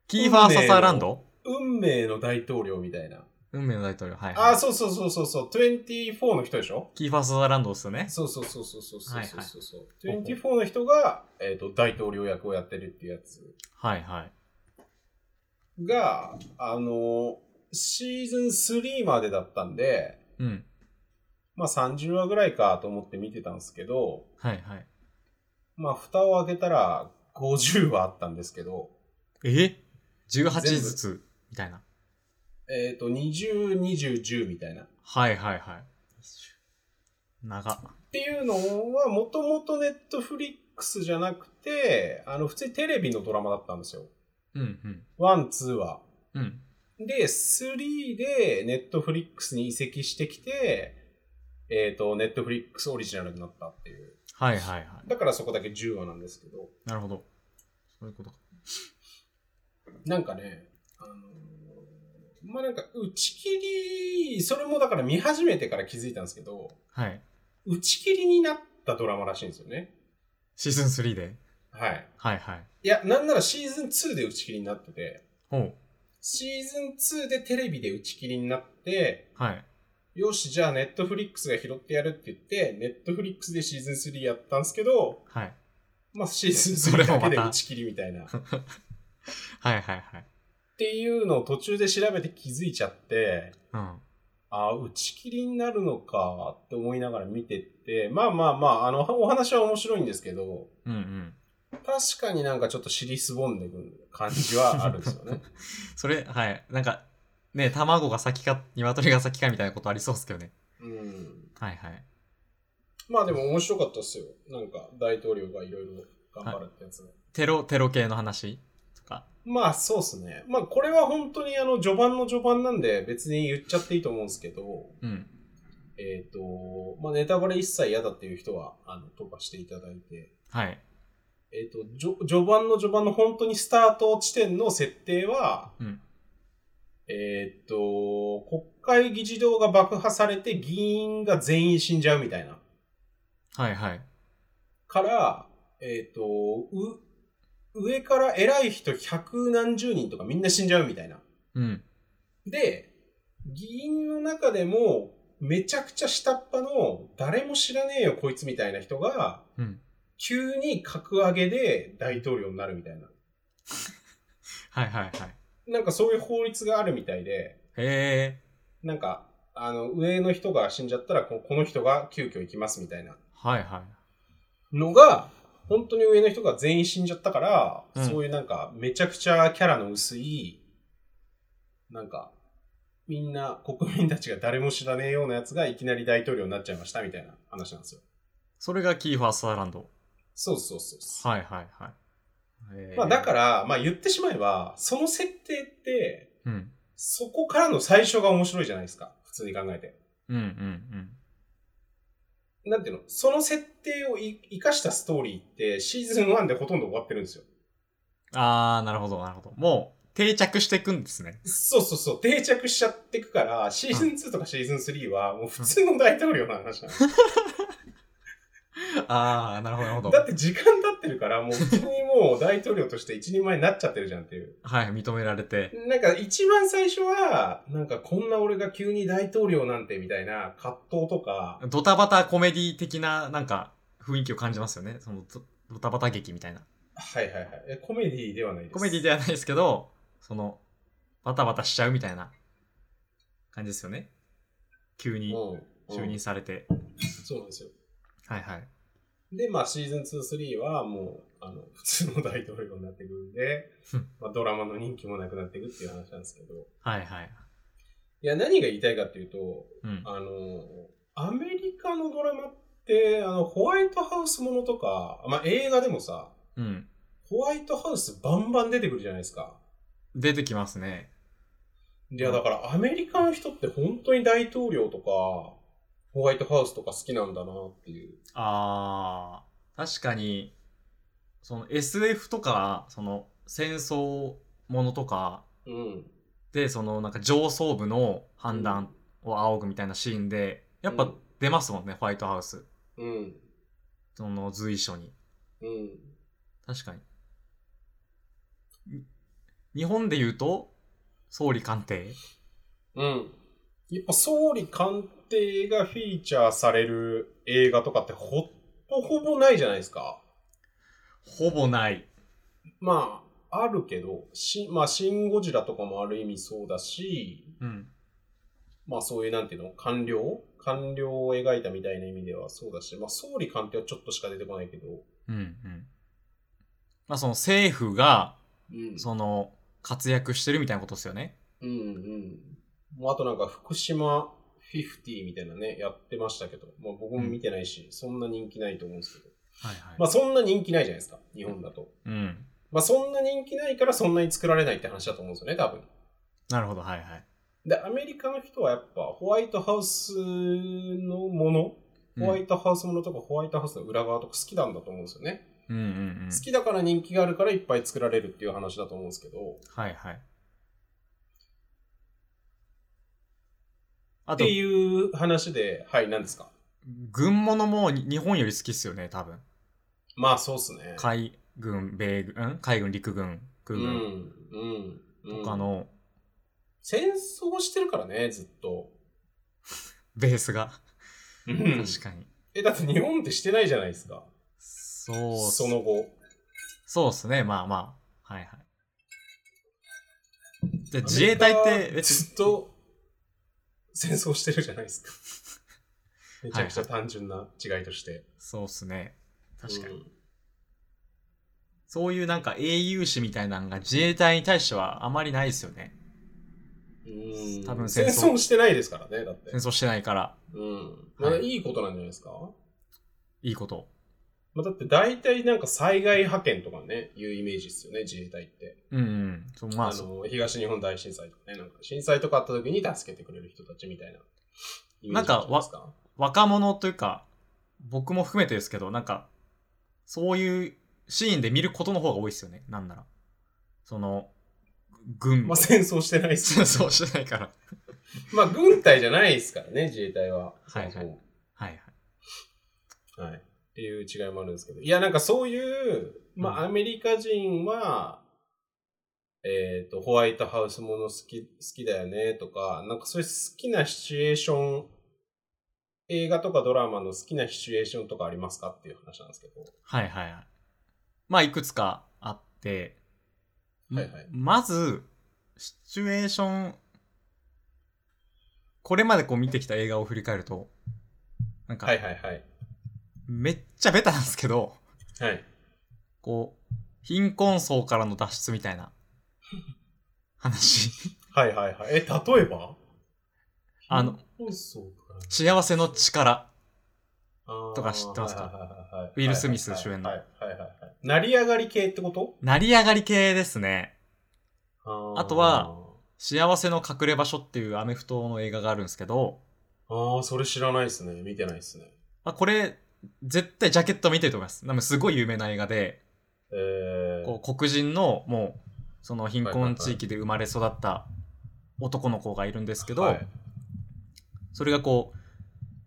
キーファー・サザーランド運命の大統領みたいな。運命の大統領。はい、あはー、い。そうそうそうそうそう、24の人でしょキーファー・サザーランドですよね。そうそうそうそうそうそうはいはいそうそう、24の人が、えっ、と、大統領役をやってるっていうやつはいはい。が、あのシーズン3までだったんで、うん。まあ30話ぐらいかと思って見てたんですけど、はいはい。まあ蓋を開けたら50話あったんですけど、え ?18 全部ずつみたいな。えっ、と、20、20、10みたいな。っはいはいはい。長っ。ていうのは、もともとネットフリックスじゃなくて、あの、普通にテレビのドラマだったんですよ。うんうん。ワン、ツーは。うん。で、3でネットフリックスに移籍してきて、えっ、と、ネットフリックスオリジナルになったっていう。はいはいはい。だからそこだけ10話なんですけど。なるほど。そういうことか。なんかね、あのーまあ、なんか、打ち切り、それもだから見始めてから気づいたんですけど、はい。打ち切りになったドラマらしいんですよね。シーズン3で。はい。はいはい。いや、なんならシーズン2で打ち切りになってて、ほう。シーズン2でテレビで打ち切りになって、はい。よし、じゃあネットフリックスが拾ってやるって言って、ネットフリックスでシーズン3やったんですけど、はい。まあ、シーズンそれも3だまたけで打ち切りみたいな。っはいはいはい。ていうのを途中で調べて気づいちゃって、うん。ああ、打ち切りになるのかって思いながら見てって、まあまあまあ、あの、お話は面白いんですけど、うんうん。確かになんかちょっと尻すぼんでくる感じはあるんですよ ね。それ、はい。なんか、ね、卵が先か、鶏が先かみたいなことありそうっすけどね。うん。はいはい。まあでも面白かったっすよ。なんか大統領がいろいろ頑張るってやつが、テロ、テロ系の話とか。まあそうっすね。まあこれは本当にあの序盤の序盤なんで別に言っちゃっていいと思うんですけど、うん。えっ、と、まあネタバレ一切嫌だっていう人は、あの、飛ばしていただいて、はい。えっ、と、じょ序盤の序盤の本当にスタート地点の設定は、うんえっ、と、国会議事堂が爆破されて議員が全員死んじゃうみたいな。はいはい。から、えっ、と、う、上から偉い人百何十人とかみんな死んじゃうみたいな。うん。で、議員の中でも、めちゃくちゃ下っ端の、誰も知らねえよこいつみたいな人が、うん。急に格上げで大統領になるみたいな。はいはいはい。なんかそういう法律があるみたいで、へえ。なんか、あの、上の人が死んじゃったら、ここの人が急遽行きますみたいなはいはい。のが、本当に上の人が全員死んじゃったから、うんそういうなんか、めちゃくちゃキャラの薄い、なんか、みんな、国民たちが誰も知らねえようなやつがいきなり大統領になっちゃいましたみたいな話なんですよ。それがキーファー・サーランド。そうそうそうそう。はいはいはい。へーまあだか、ら、まあ言ってしまえば、その設定って、うん。そこからの最初が面白いじゃないですか。普通に考えて。うんうんなんていうのその設定をい生かしたストーリーってシーズン1でほとんど終わってるんですよ。うん。あー、なるほど、なるほど。もう、定着していくんですね。そうそうそう。定着しちゃってくから、シーズン2とかシーズン3はもう普通の大統領の話なの。あー、なるほど、なるほどだ。って時間経ってるから、もう普通にもう大統領として一人前になっちゃってるじゃんっていう。はい、認められて。なんか一番最初は、なんかこんな俺が急に大統領なんてみたいな葛藤とか、ドタバタコメディ的な、なんか、雰囲気を感じますよね。その、ドドタバタ劇みたいな。はいはいはい。えコメディではないです。コメディで。ではないですけど、その、バタバタしちゃうみたいな感じですよね。急にうん。就任されて。そうなんですよ。はいはい。で、まあシーズン2、3はもう、あの、普通の大統領になってくる んでうん、まあドラマの人気もなくなっていくっていう話なんですけど、はいはい。いや、何が言いたいかっていうと、うん。あの、アメリカのドラマって、あの、ホワイトハウスものとか、まあ映画でもさ、うん。ホワイトハウスバンバン出てくるじゃないですか。出てきますね。いや、だからアメリカの人って本当に大統領とか、ホワイトハウスとか好きなんだなっていう。あー、確かに、その SF とか、その戦争ものとかうん。で、そのなんか上層部の判断を仰ぐみたいなシーンで、やっぱ出ますもんね、ホワイトハウス。うん。その随所に。うん。確かに。に日本で言うと、総理官邸うん。やっぱ総理官邸がフィーチャーされる映画とかってほっとほぼないじゃないですか。ほぼない。まあ、あるけど、し、まあ、シン・ゴジラとかもある意味そうだし、うん。まあそういうなんていうの官僚官僚を描いたみたいな意味ではそうだし、まあ総理官邸はちょっとしか出てこないけど、うんうん。まあその政府が、うんその、活躍してるみたいなことですよね。うんうん。もうあとなんか福島50みたいなね、やってましたけど、まあ僕も見てないし、そんな人気ないと思うんですけど。はいはいまあそんな人気ないじゃないですか、日本だと。うん。まあそんな人気ないからそんなに作られないって話だと思うんですよね、多分。なるほど、はいはい。で、アメリカの人はやっぱホワイトハウスのもの、ホワイトハウスものとかホワイトハウスの裏側とか好きなんだと思うんですよね。うんうんうんうん。好きだから人気があるからいっぱい作られるっていう話だと思うんですけど、はいはい。あっとて、いう話で、はい、何ですか軍物もに日本より好きっすよね、多分。まあそうっすね。海軍、米軍、ん海軍、陸軍、う空ん軍、うん。うとんかの戦争してるからね、ずっと。ベースが。うん確かに。え、だって日本ってしてないじゃないですか。そうっす、その後。そうっすね、まあまあ。はいはい。じゃあ自衛隊っアメリてカは別に、ず っと戦争してるじゃないです か。めちゃくちゃ単純な違いとして。そうっすね。確かに。うんそういうなんか英雄史みたいなのが自衛隊に対してはあまりないですよね。うん多分戦戦争争してないですからね、だって戦。争してないから、うん。はいまあいいことなんじゃないですかいいこと。まあ、だって大体なんか災害派遣とかね、いうイメージですよね、自衛隊って。うんうん。そうまああそう。の、東日本大震災とかね、なんか震災とかあった時に助けてくれる人たちみたいな。なんかわイメージじゃいで若者というか、僕も含めてですけど、なんか、そういうシーンで見ることの方が多いですよね。なんなら。その、軍すかまあ、戦争してないです 戦争してないから。まあ、軍隊じゃないですからね、自衛隊は。はいはいそもはいはい。そもはい。っていう違いもあるんですけど。いや、なんかそういう、まあ、うんアメリカ人は、えっ、と、ホワイトハウスもの好き、好きだよね、とか、なんかそういう好きなシチュエーション、映画とかドラマの好きなシチュエーションとかありますかっていう話なんですけど。はいはいはい。まあ、いくつかあって、はいはいまず、シチュエーション、これまでこう見てきた映画を振り返ると、なんかは、いはいはい。めっちゃベタなんですけど、はい。こう、貧困層からの脱出みたいな話。はいはいはい。え、例えばあの、貧困層から幸せの力。ととか知ってますかかウィルスミス主演のはいはいはいはい。成り上がり系ってこと成り上がり系ですね。あーあとは、幸せの隠れ場所っていうアメフトの映画があるんですけど、ああ、それ知らないですね。見てないですね。まあ、これ、絶対ジャケット見てると思います。なんかすごい有名な映画で、えー、こう黒人のもう、その貧困地域で生まれ育った男の子がいるんですけど、はい、それがこう、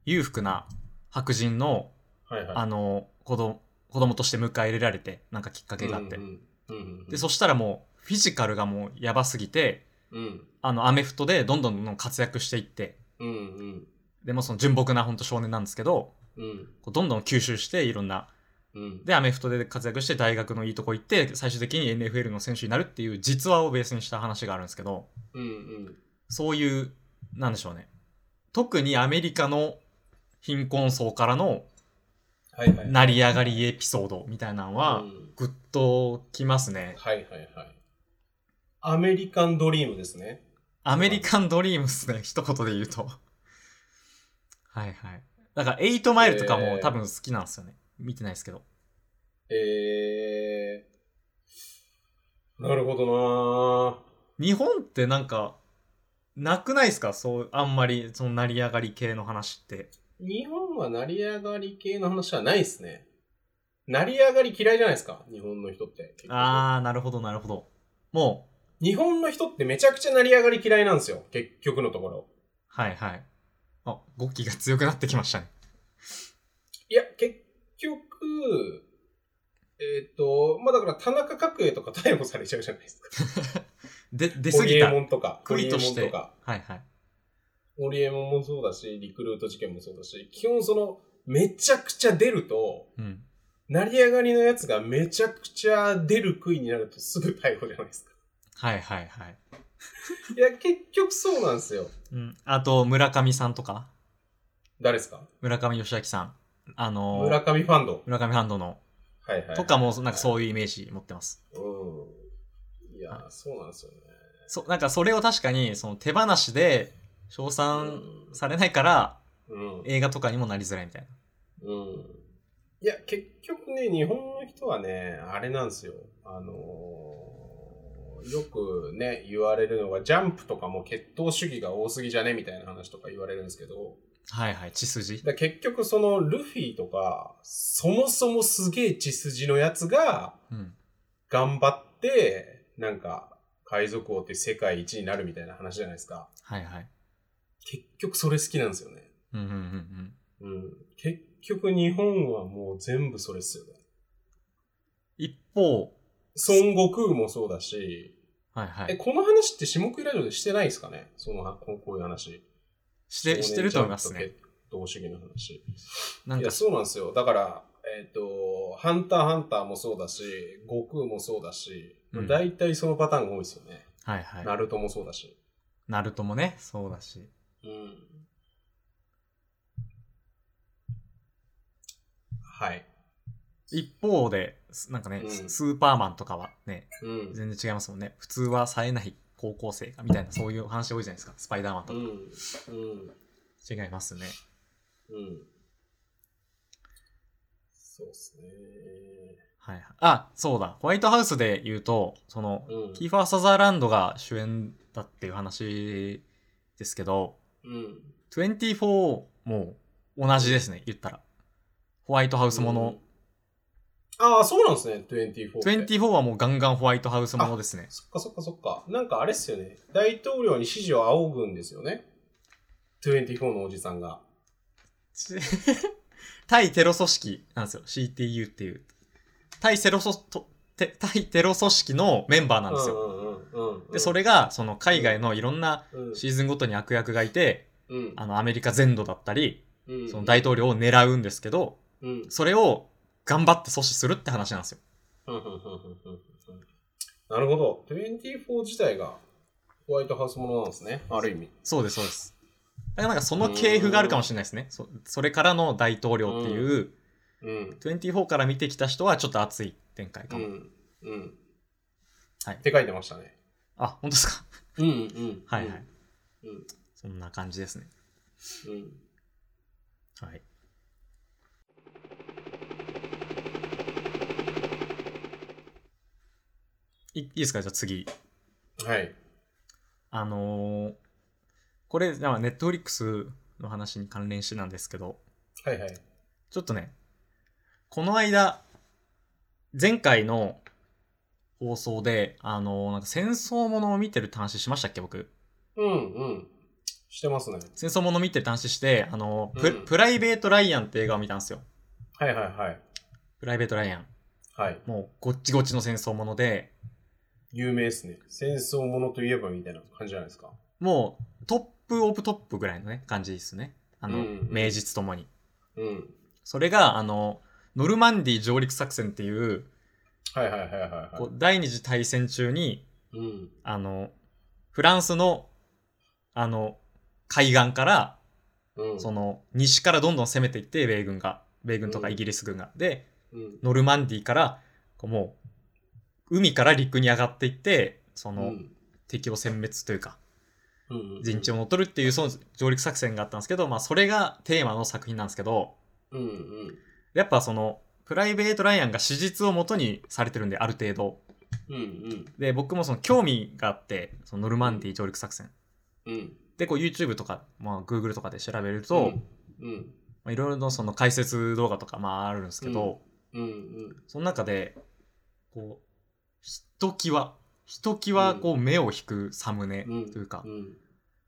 裕福な白人の、はいはい。あの、子供、子供として迎え入れられて、なんかきっかけがあって。うんうんうんうん、で、そしたらもう、フィジカルがもうやばすぎて、うん、あの、アメフトでどんどんどんどん活躍していって、うん、うん、でもうその純朴な本当少年なんですけど、うん、こうどんどん吸収していろんな、うん。で、アメフトで活躍して大学のいいとこ行って、最終的に NFL の選手になるっていう実話をベースにした話があるんですけど、うん、うん。そういう、なんでしょうね。特にアメリカの貧困層からのはいはい。成り上がりエピソードみたいなのはう、んグッときますね。はいはいはい。アメリカンドリームですね。アメリカンドリームっすね、一言で言うと。はいはい。だから、エイトマイルとかえもー多分好きなんですよね。見てないですけど。えー、なるほど日本ってなんか、なくないですかそう、あんまり、その成り上がり系の話って。な日本は成り上がり系の話はないですね。成り上がり嫌いじゃないですか日本の人って。あー、なるほどなるほど。もう、日本の人ってめちゃくちゃ成り上がり嫌いなんですよ。結局のところ。はいはい。あ、語気が強くなってきましたね。いや、結局、えっ、と、まあ、だから田中角栄とか逮捕されちゃうじゃないですか。で、出ホ過リぎエた。モンとか、ホ栗リエモとンしてとか。はいはい。オリエモンもそうだし、リクルート事件もそうだし、基本その、めちゃくちゃ出ると、うん。成り上がりのやつがめちゃくちゃ出る杭になるとすぐ逮捕じゃないですか。はいはいはい。いや、結局そうなんですよ。うん。あと、村上さんとか誰ですか村上義明さん。あのー、村上ファンド。村上ハンドの。はいはいはい。とかも、なんかそういうイメージ持ってます。うん。いやは、そうなんですよね。そ、なんかそれを確かに、その手放しで、称賛されないから、うん。映画とかにもなりづらいみたいな。うん。いや、結局ね、日本の人はね、あれなんですよ。あのーよくね、言われるのが、ジャンプとかも血統主義が多すぎじゃねみたいな話とか言われるんですけど、はいはい、血筋。だ結局そのルフィとか、そもそもすげえ血筋のやつが、うん。頑張って、なんか、海賊王って世界一になるみたいな話じゃないですか。はいはい。結局それ好きなんですよね。うんうんうんうん。うん。結局日本はもう全部それっすよね。一方、孫悟空もそうだし、はいはえ、い。この話って下食いラジオでしてないですかねその、ここういう話。して、してると思いますね。。同主義の話。なんいかや、、そうなんですよ。だから、えっ、と、ハンターハンターもそうだし、悟空もそうだし、うん大体そのパターンが多いですよね。はいはい。ナルトもそうだし。ナルトもね、そうだし。うん。はい。一方で、すなんかね、うんススーパーマンとかはね、うん。全然違いますもんね。普通は冴えない高校生がみたいな、そういう話多いじゃないですか。スパイダーマンうとか。ん。うん。違いますね。うん。そうですね。はいはい。あ、そうだ。ホワイトハウスで言うと、その、うん。キーファー・サザーランドが主演だっていう話ですけど、うん。 24も同じですね、言ったら。ホワイトハウスもの。うん。ああ、そうなんですね、24って。 24はもうガンガンホワイトハウスものです ね。そっかそっかそっか。なんかあれっすよね。大統領に指示を仰ぐんですよね。24のおじさんが。対テロ組織なんですよ。CTU っていう。対テロ組とて対テロ組織のメンバーなんですよ。よ。うんうんうんうん、で、それが、その海外のいろんなうん、シーズンごとに悪役がいて、うん、あの、アメリカ全土だったり、うんその大統領を狙うんですけど、うんうんそれを頑張って阻止するって話なんですよ。うんうんうんうんうんなるほど。24自体がホワイトハウスものなんですね。ある意味。そうです、そうです。だからなんかその系譜があるかもしれないですね。そそれからの大統領っていう、うん。 24から見てきた人はちょっと熱い展開うかも。ん。うん。はいって書いてましたね。あ、本当ですかうんうん。はいはい。うん。うんそんな感じですね。うん。はい。いいいですかじゃあ次。はい。あのーこれ、まあネットフリックスの話に関連してなんですけど、はいはい。ちょっとね、この間、前回の放送で、あのーなんか戦争ものを見てるって話しましたっけ、僕。うんうん。してますね。戦争もの見てるって話して、あのープうんプライベート・ライアンって映画を見たんですよ。はいはいはい。プライベート・ライアン。はい。もう、ごっちごっちの戦争もので、有名ですね。戦争ものといえばみたいな感じじゃないですか。もう、トップ・オブ・トップぐらいのね、感じですね。あの、うん名実ともに。うん。それが、あの、ノルマンディー上陸作戦っていう、はいはいはいはいはい。こう第二次大戦中に、うん。あの、フランスの、あの、海岸から、うん。その、西からどんどん攻めていって、米軍が、米軍とかうんイギリス軍が。で、うん。ノルマンディーから、こうもう、海から陸に上がっていって、その、敵を殲滅というか、うん。陣地を乗っ取るっていう、その上陸作戦があったんですけど、まあ、それがテーマの作品なんですけど、うんうん。やっぱその、プライベート・ライアンが史実をもとにされてるんで、ある程度。うんうん。で、僕もその興味があって、そのノルマンディー上陸作戦。うん。で、こう YouTube とか、まあ Google とかで調べると、うん。まあいろいろのその解説動画とか、まああるんですけど、うんうん。その中で、こう、ひときわ、ひときわこう目を引くサムネうん。というかう、ん。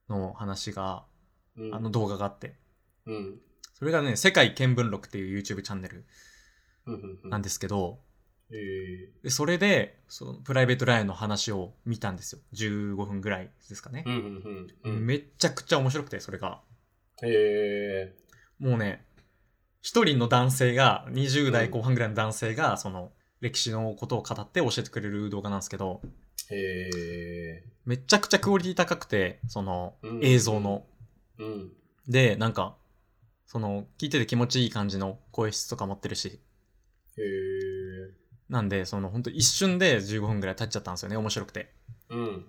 の話が、うん。あの、動画があって、うん。それがね、世界見聞録っていう YouTube チャンネルうん。なんでですけど、えーでそれでそのプライベートライアンの話を見たんですよ15分ぐらいですかねう、んうんうん。めちゃくちゃ面白くてそれがえもうね一人の男性が20代後半ぐらいの男性がその歴史のことを語って教えてくれる動画なんですけどーえめちゃくちゃクオリティ高くてそのうん映像の、ーうん。でなんかその聞いてて気持ちいい感じの声質とか持ってるしえーなんでその本当一瞬で15分ぐらい経っちゃったんですよね面白くてうん。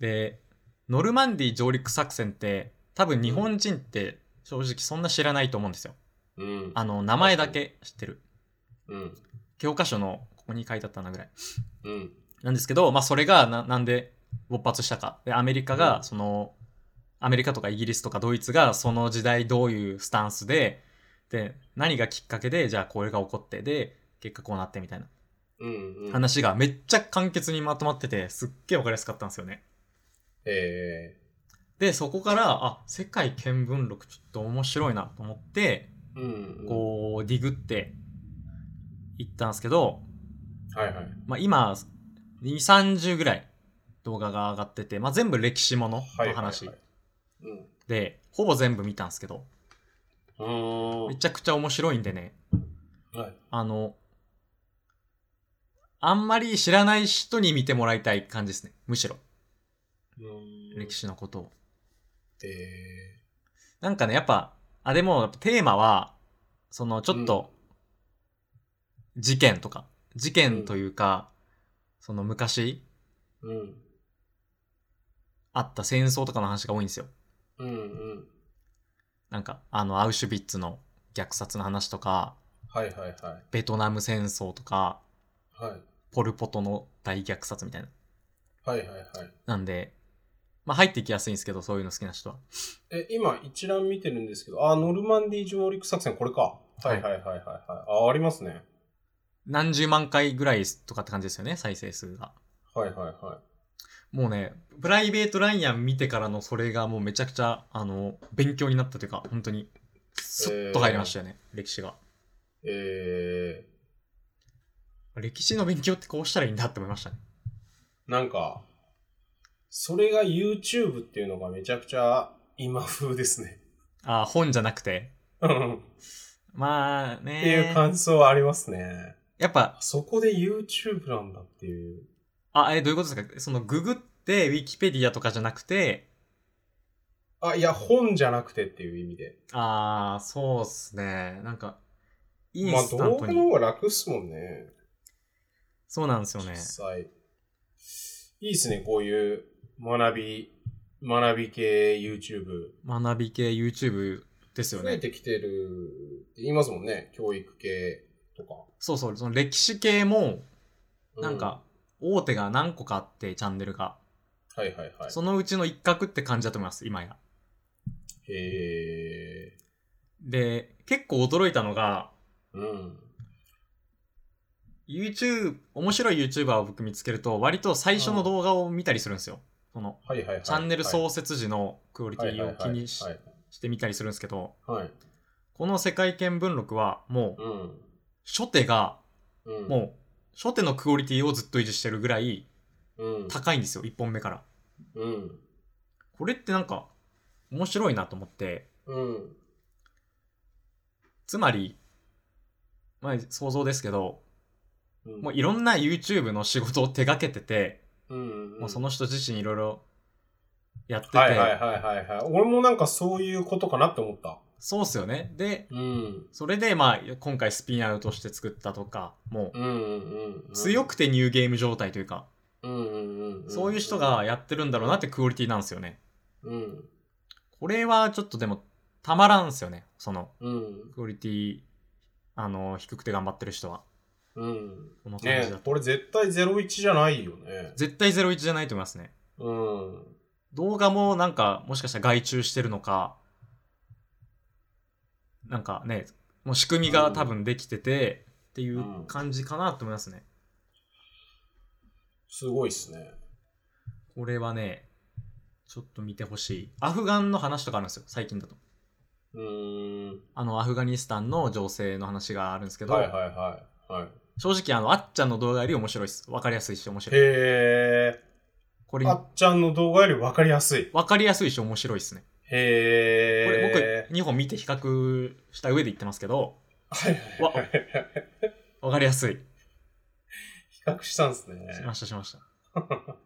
でノルマンディ上陸作戦って多分日本人って正直そんな知らないと思うんですようん。あの名前だけ知ってるうん。教科書のここに書いてあったなぐらいうん。なんですけど、まあ、それがななんで勃発したかでアメリカうがんそのアメリカとかイギリスとかドイツがその時代どういうスタンスでで何がきっかけでじゃあこれが起こってで結果こうなってみたいなうん。うん。話がめっちゃ簡潔にまとまっててすっげえわかりやすかったんですよねえでそこからあ世界見聞録ちょっと面白いなと思ってーうん。こうディグっていったんですけど、うん。はいはい。まあ、今230ぐらい動画が上がってて、まあ、全部歴史ものの話はいはいはいでほぼ全部見たんですけどうん。うめちゃくちゃ面白いんでねーん。はい。あのあんまり知らない人に見てもらいたい感じですねむしろ歴史。史のことをえなんかね、やっぱ、あれも、テーマは、その、ちょっと、事件とか、事件というか、その昔ーうん。あった戦争とかの話が多いんですよ。うんうん。なんか、あの、アウシュビッツの虐殺の話とか、はいはいはベトナム戦争とか、い。はい。ポルポトの大虐殺みたいな。はいはいはい。なんで、まあ入っていきやすいんですけど、そういうの好きな人は。え、今一覧見てるんですけど、あ、ノルマンディー上陸作戦これか。はいはいはいはいはい。あ、ありますね。何十万回ぐらいとかって感じですよね、再生数が。はいはいはもうね、プライベートライアン見てからのそれがもうめちゃくちゃ、あの、勉強になったというか、本当に、スッと入りましたよね、歴史が。い。え歴史の勉強ってこうしたらいいんだって思いましたね。ー、なんか、それが YouTube っていうのがめちゃくちゃ今風ですね。あー本じゃなくて。うん。っまあていうね、感想はありますね。やっぱ、そこで YouTube なんだっていう。あ、え、どういうことですかその、ググって、ウィキペディアとかじゃなくて、あ、いや、本じゃなくてっていう意味で。あー、そうっすね。なんか、インまあ、スタン動ト画に。の方が楽っすもんね。そうなんですよね実。際。いいっすね、こういう学び、学び系 YouTube。学び系 YouTube ですよ増えね。てきてるって言いますもんね、教育系とか。そうそう、その歴史系も、うなんか、大手が何個かあって、チャンネルが。はいはいはい。そのうちの一角って感じだと思います、今や。へえ。で、結構驚いたのが、うん。 YouTube、面白い YouTuber を僕見つけると、割と最初の動画を見たりするんですよ。その、はいはいはい。チャンネルはい創設時のクオリティを気にしはいしてみたりするんですけど、はいはい。はい。この世界見聞録はもう、うん。初手が、うん。もう、初手のクオリティをずっと維持してるぐらいうん。高いんですよ、1本目から。うん。これってなんか、面白いなと思って、うん。つまり、まあ想像ですけど、うん。もういろんな YouTube の仕事を手掛けてて、うん。もうその、の人自身いろいろやってて、はいはいはいはいはい。俺もなんかそういうことかなって思った。そうっすよね。で、うん。それでまあ今回スピンアウトして作ったとか、もうんうんうん。う強くてニューゲーム状態というか、うんうんうんん。そういう人がやってるんだろうなってクオリティなんですよね。うん。これはちょっとでもたまらんすよね。そのうん。クオリティ、あの、低くて頑張ってる人は。うん。この感ねじだと。これ絶対01じゃないよね。絶対01じゃないと思いますね。うん。動画もなんかもしかしたら外注してるのか、なんかね、もう仕組みが多分できてて、っていう感じかなと思いますね。すごいっすね。これはね、ちょっと見てほしい。アフガンの話とかあるんですよ、最近だと。うーん。あの、アフガニスタンの情勢の話があるんですけど、はいはいはい。はい。正直あの、あっちゃんの動画より面白いです。わかりやすいし面白い。へこれー。あ、っちゃんの動画より分かりやすい。わかりやすいし面白いですね。これへ僕、2本見て比較した上で言ってますけど、ー。わはいはいはい。わかりやすい。比較したんすね。しましたしました。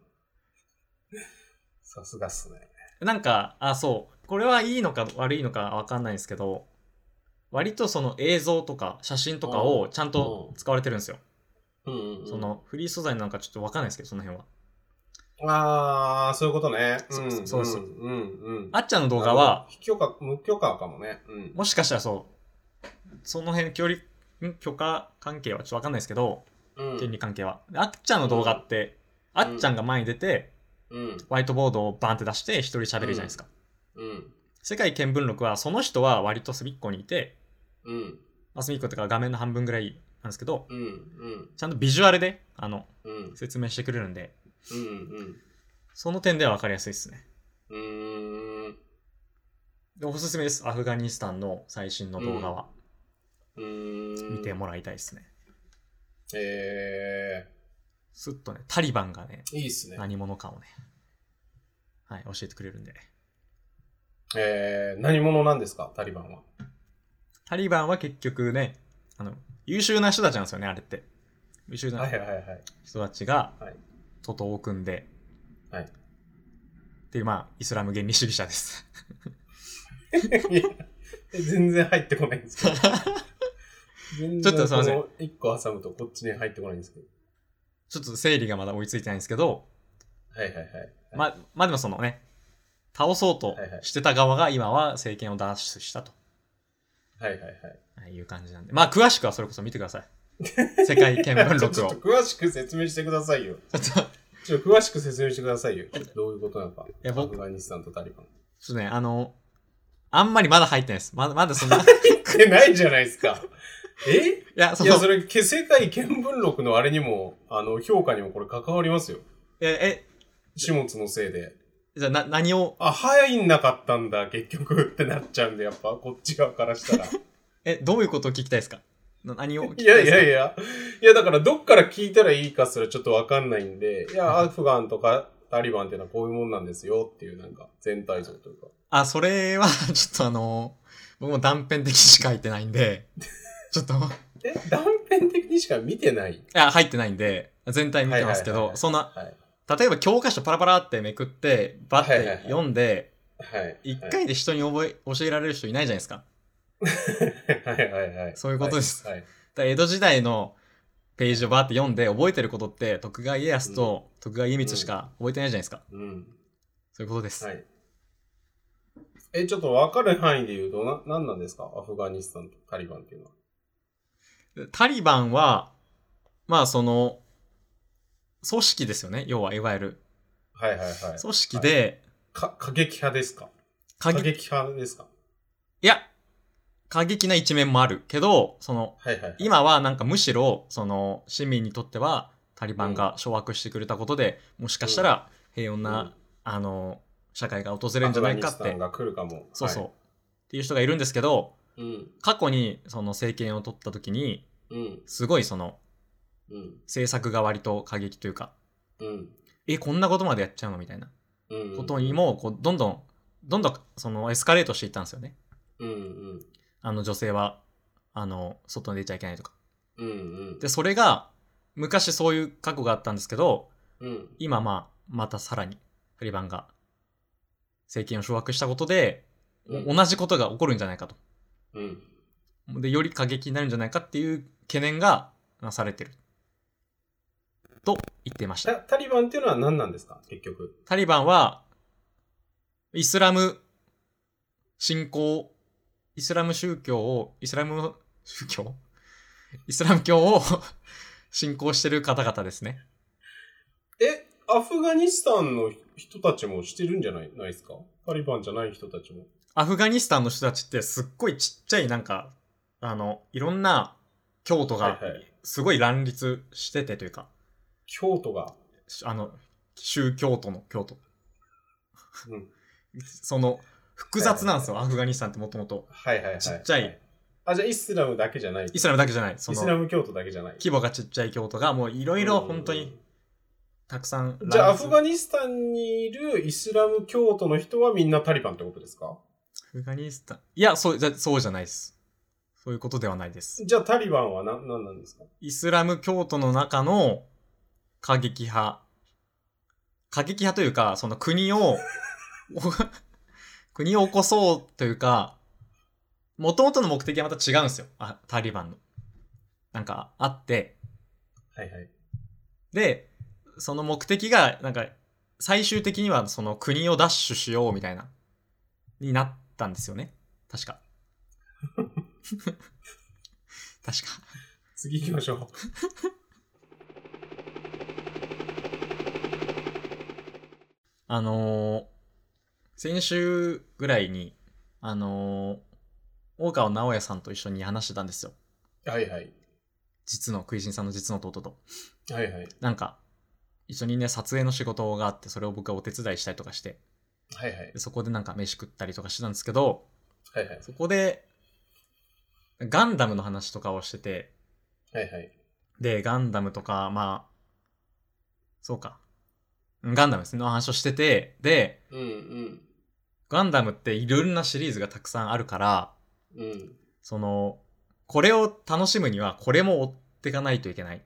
さすがっすね。なんか、あ、そう。これはいいのか悪いのかわかんないんですけど、割とその映像とか写真とかをちゃんと使われてるんですよ。うんうんうんそ、のフリー素材なんかちょっとわかんないですけど、その辺は。あー、そういうことね。そんそうですうんうん。あっちゃんの動画は、非許可、無許可かもね。うん。もしかしたらそう、その辺距離、ん許可関係はちょっとわかんないですけど、うん権利関係は。であっちゃんの動画って、あっちゃんが前に出て、うホん。ワイトボードをバンって出して一人喋るじゃないですか。うん。世界見聞録は、その人は割と隅っこにいて、うん。まあ、隅っこっていうか画面の半分ぐらいなんですけど、うん。うん。ちゃんとビジュアルで、あの、うん。説明してくれるんで、うん。その点では分かりやすいですね。うん。うで、おすすめです。アフガニスタンの最新の動画はーん。見てもらいたいですね。えすっとね、タリバンがね、ー、いいっすね。何者かをね、はい、教えてくれるんで。えー、何者なんですか、タリバンは。タリバンは結局ね、あの、優秀な人たちなんですよね、あれって。優秀はないはいはい。人たちがはい、徒党を組んで、はいっていう、まあ、イスラム原理主義者です。 いや全然入ってこないんですけど。全然ちょっとすいませんこの一個挟むとこっちに入ってこないんですけど。ちょっと整理がまだ追いついてないんですけど、はいはいはい。ま、まあでもそのね、倒そうとしてた側が今は政権を脱出したとはいはいはい。いう感じなんで。まあ詳しくはそれこそ見てくださ い。世界見聞録ちょをっと。詳しく説明してくださいよ。 ちょっとちょっと詳しく説明してくださいよ。どういうことなのか。やア僕フガニスタンとタリバン。ちょっとね、あの、あんまりまだ入ってないです。まだ、まだ そんな、いってないじゃないですか。えや、そいのや、それ、け世界見聞録のあれにも、あの、評価にもこれ関わりますよ。え、始末のせいで。え、じゃあな、何を、あ、早いんなかったんだ、結局ってなっちゃうんで、やっぱ、こっち側からした ら。え、えどういうことを聞きたいですかな何を聞きたいいですやかいやいや。いや、だから、どっから聞いたらいいかすらちょっとわかんないんで、いや、アフガンとかタリバンっていうのはこういうもんなんですよっていう、なんか、全体像というか。あ、それは、 ちょっとあの、僕も断片的しか入ってないんで、 ちょっと、いえ、断片的にしか見てない。や、入ってないんで、全体見てますけはいはいはいはど、いそんな、はい。例えば教科書パラパラってめくってバッはいはいはてい読んではい。一回で人に覚え教えられる人いないじゃないですか。 はいはいはいはい。そういうことですはい。だから江戸時代のページをバーって読んで覚えてることって徳川家康と徳川家光しか覚えてないじゃないですか。うん。そういうことです。はい。え、ちょっとわかる範囲で言うと、な、何なんですかアフガニスタンとタリバンっていうのは。タリバンはまあその組織ですよね。要はいわゆるはいはいはい。組織で、か、過激派ですか過過激、激派ですかいや、過激な一面もあるけど、その、はいはい。今はなんかむしろ、その、市民にとっては、タリバンが掌握してくれたことで、もしかしたら平穏な、あの、社会が訪れうん、るアんじフゃなガいニかスっタてン、が来るかも。そうそう、っていう人がいるんですけど、う。うん。過去にその政権を取った時に、うん。すごいその、うん。政策が割と過激というか、うん。え、こんなことまでやっちゃうのみたいなうん。ことに。も、こう、どんどん、どんどん、その、エスカレートしていったんですよね。うんうん。あの、女性は、あの、外に出ちゃいけないとか。うんうん。で、それが、昔そういう過去があったんですけど、うん。今まあ、またさらに、タリバンが、政権を掌握したことで、うん同じことが起こるんじゃないかと。うん。で、より過激になるんじゃないかっていう懸念がなされてる。と言っていましたタ。タリバンっていうのは何なんですか結局。タリバンは、イスラム信仰、イスラム宗教を、イスラム宗教イスラム教を 信仰してる方々ですね。え、アフガニスタンの人たちもしてるんじゃないないですかタリバンじゃない人たちも。アフガニスタンの人たちってすっごいちっちゃいなんか、あの、いろんな教徒がはいはいすごい乱立しててというか、京都が。あの、宗教徒の教徒。うん その、複雑なんですよ、アフガニスタンってもともと。はいはいはい。ちっちゃい。あ、じゃあイスラムだけじゃない。イスラムだけじゃない。そイのスラム教徒だけじゃない。規模がちっちゃい教徒がもういろいろ本当にたくさんうん。じゃあ、ア乱立フガニスタンにいるイスラム教徒の人はみんなタリバンってことですかアフガニスタンいやそうじゃそうじゃないですそういうことではないですじゃあ、タリバンはな何なんですかイスラム教徒の中の過激派過激派というかその国を 国を起こそうというかもともとの目的はまた違うんですよあタリバンのなんかあってはいはい。でその目的がなんか最終的にはその国を奪取しようみたいなになったんですよね確か 確か次行きましょう。あのー先週ぐらいにあのー大川直也さんと一緒に話してたんですよはいはい。実の食いしんさんの実の弟とはいはい。なんか一緒にね撮影の仕事があってそれを僕がお手伝いしたりとかしてはいはいで。そこでなんか飯食ったりとかしてたんですけどはいはい。そこで、ガンダムの話とかをしてて、はいはい。で、ガンダムとか、まあ、そうか。うんガンダムですね、の話をしてて、で、うんうん。ガンダムっていろんなシリーズがたくさんあるから、うん。その、これを楽しむにはこれも追ってかないといけない。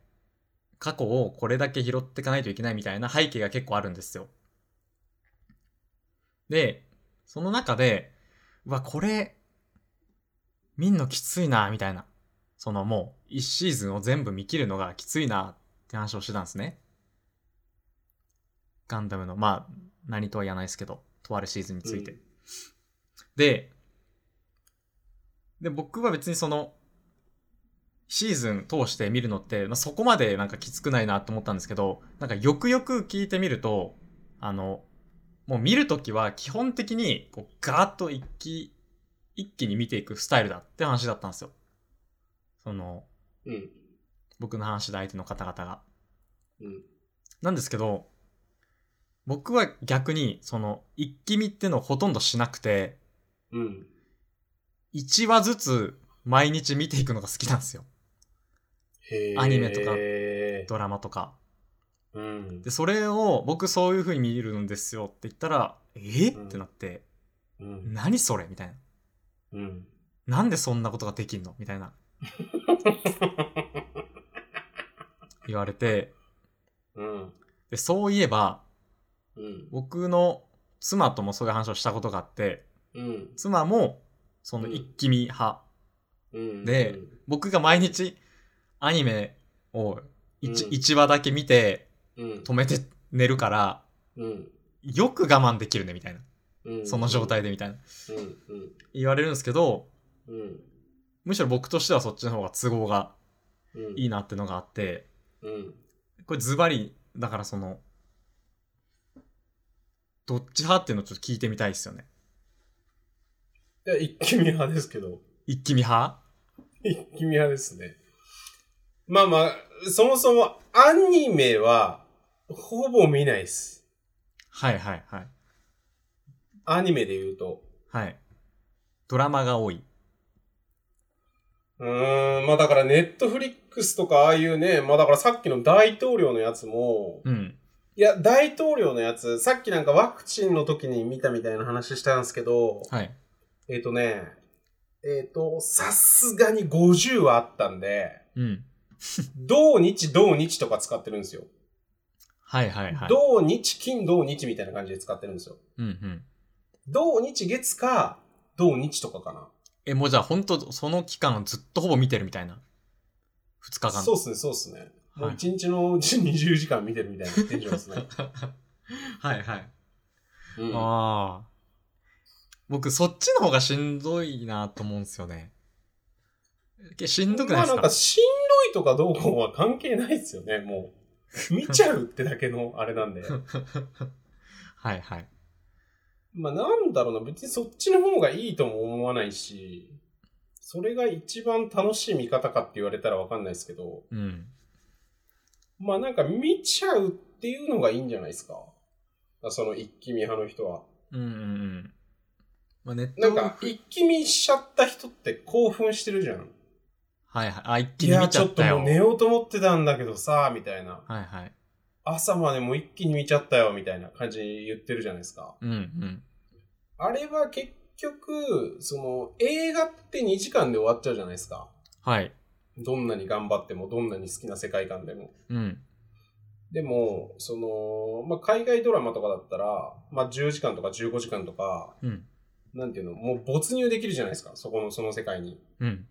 過去をこれだけ拾ってかないといけないみたいな背景が結構あるんですよ。で、その中で、うわ、これ、見んのきついな、みたいな。そのもう、一シーズンを全部見切るのがきついな、って話をしてたんですね。ガンダムの、まあ、何とは言わないですけど、とあるシーズンについて。うんで、で、僕は別にその、シーズン通して見るのって、まあ、そこまでなんかきつくないなと思ったんですけど、なんかよくよく聞いてみると、あの、もう見るときは基本的にこうガーッと一気、一気に見ていくスタイルだって話だったんですよ。その、うん。僕の話で相手の方々が。うん。なんですけど、僕は逆に、その、一気見ってのをほとんどしなくて、うん。 1話ずつ毎日見ていくのが好きなんですよ。へーアニメとかうドラマとか。んで、。それを僕そういう風に見るんですよって言ったら、えーってなって、うん。何それみたいな。うん。なんでそんなことができんのみた いな。言われて、うん。で、そういえば、うん。僕の妻ともそういう話をしたことがあって、うん。妻も、その一気見派。うん。で僕が毎日、アニメを 1,、うん一話だけ見て、うん、止めて寝るから、うん。よく我慢できるね、みたいな。うん。その状態で、みたいな。うん。うん。言われるんですけど、うん。むしろ僕としてはそっちの方が都合がうん。いいなってのがあって、うん。これズバリ、だからその、どっち派っていうのをちょっと聞いてみたいですよね。いや、一気見派ですけど。 一気見派一気見派ですね。まあまあ、そもそもアニメは、ほぼ見ないっす。はいはいはい。アニメで言うと。はい。ドラマが多い。うーん、まあだからネットフリックスとかああいうね、まあだからさっきの大統領のやつも、うん。いや、大統領のやつ、さっきなんかワクチンの時に見たみたいな話したんですけど、はい。えっ、とね、えっ、と、さすがに50はあったんで、うん。同日同日とか使ってるんですよ。はいはいはい。同日金同日みたいな感じで使ってるんですよ。うんうん。同日月か、同日とかかな。え、もうじゃあ本当その期間ずっとほぼ見てるみたいな。二日間。そうっ すね、そうっすね。もうはい一日のうち20時間見てるみたいなテンションです ね。はいはい。うんああ。僕、そっちの方がしんどいなと思うんですよね。けしんどくないですまあか,、なんかしんどいとかどうこうは関係ないですよね、も う。見ちゃうってだけのあれなんで。はいはい。まあなんだろうな、別にそっちの方がいいとも思わないし、それが一番楽しい見方かって言われたらわかんないですけど、うん。まあなんか見ちゃうっていうのがいいんじゃないですか。その一気見派の人は。うんうんうん。まあ、ネットなんか、一気見しちゃった人って興奮してるじゃん。はいはい。あ、一気いにや、見ちちゃょっっとたよ。もう寝ようと思ってたんだけどさ、みたいな。はいはい。朝までもう一気に見ちゃったよ、みたいな感じ言ってるじゃないですか。うんうん。あれは結局、その映画って2時間で終わっちゃうじゃないですか。はい。どんなに頑張っても、どんなに好きな世界観でも。うん。でも、その、まあ、海外ドラマとかだったら、まあ、10時間とか15時間とか、うん。なんていうの、もう没入できるじゃないですか。そこの、その世界に。うん。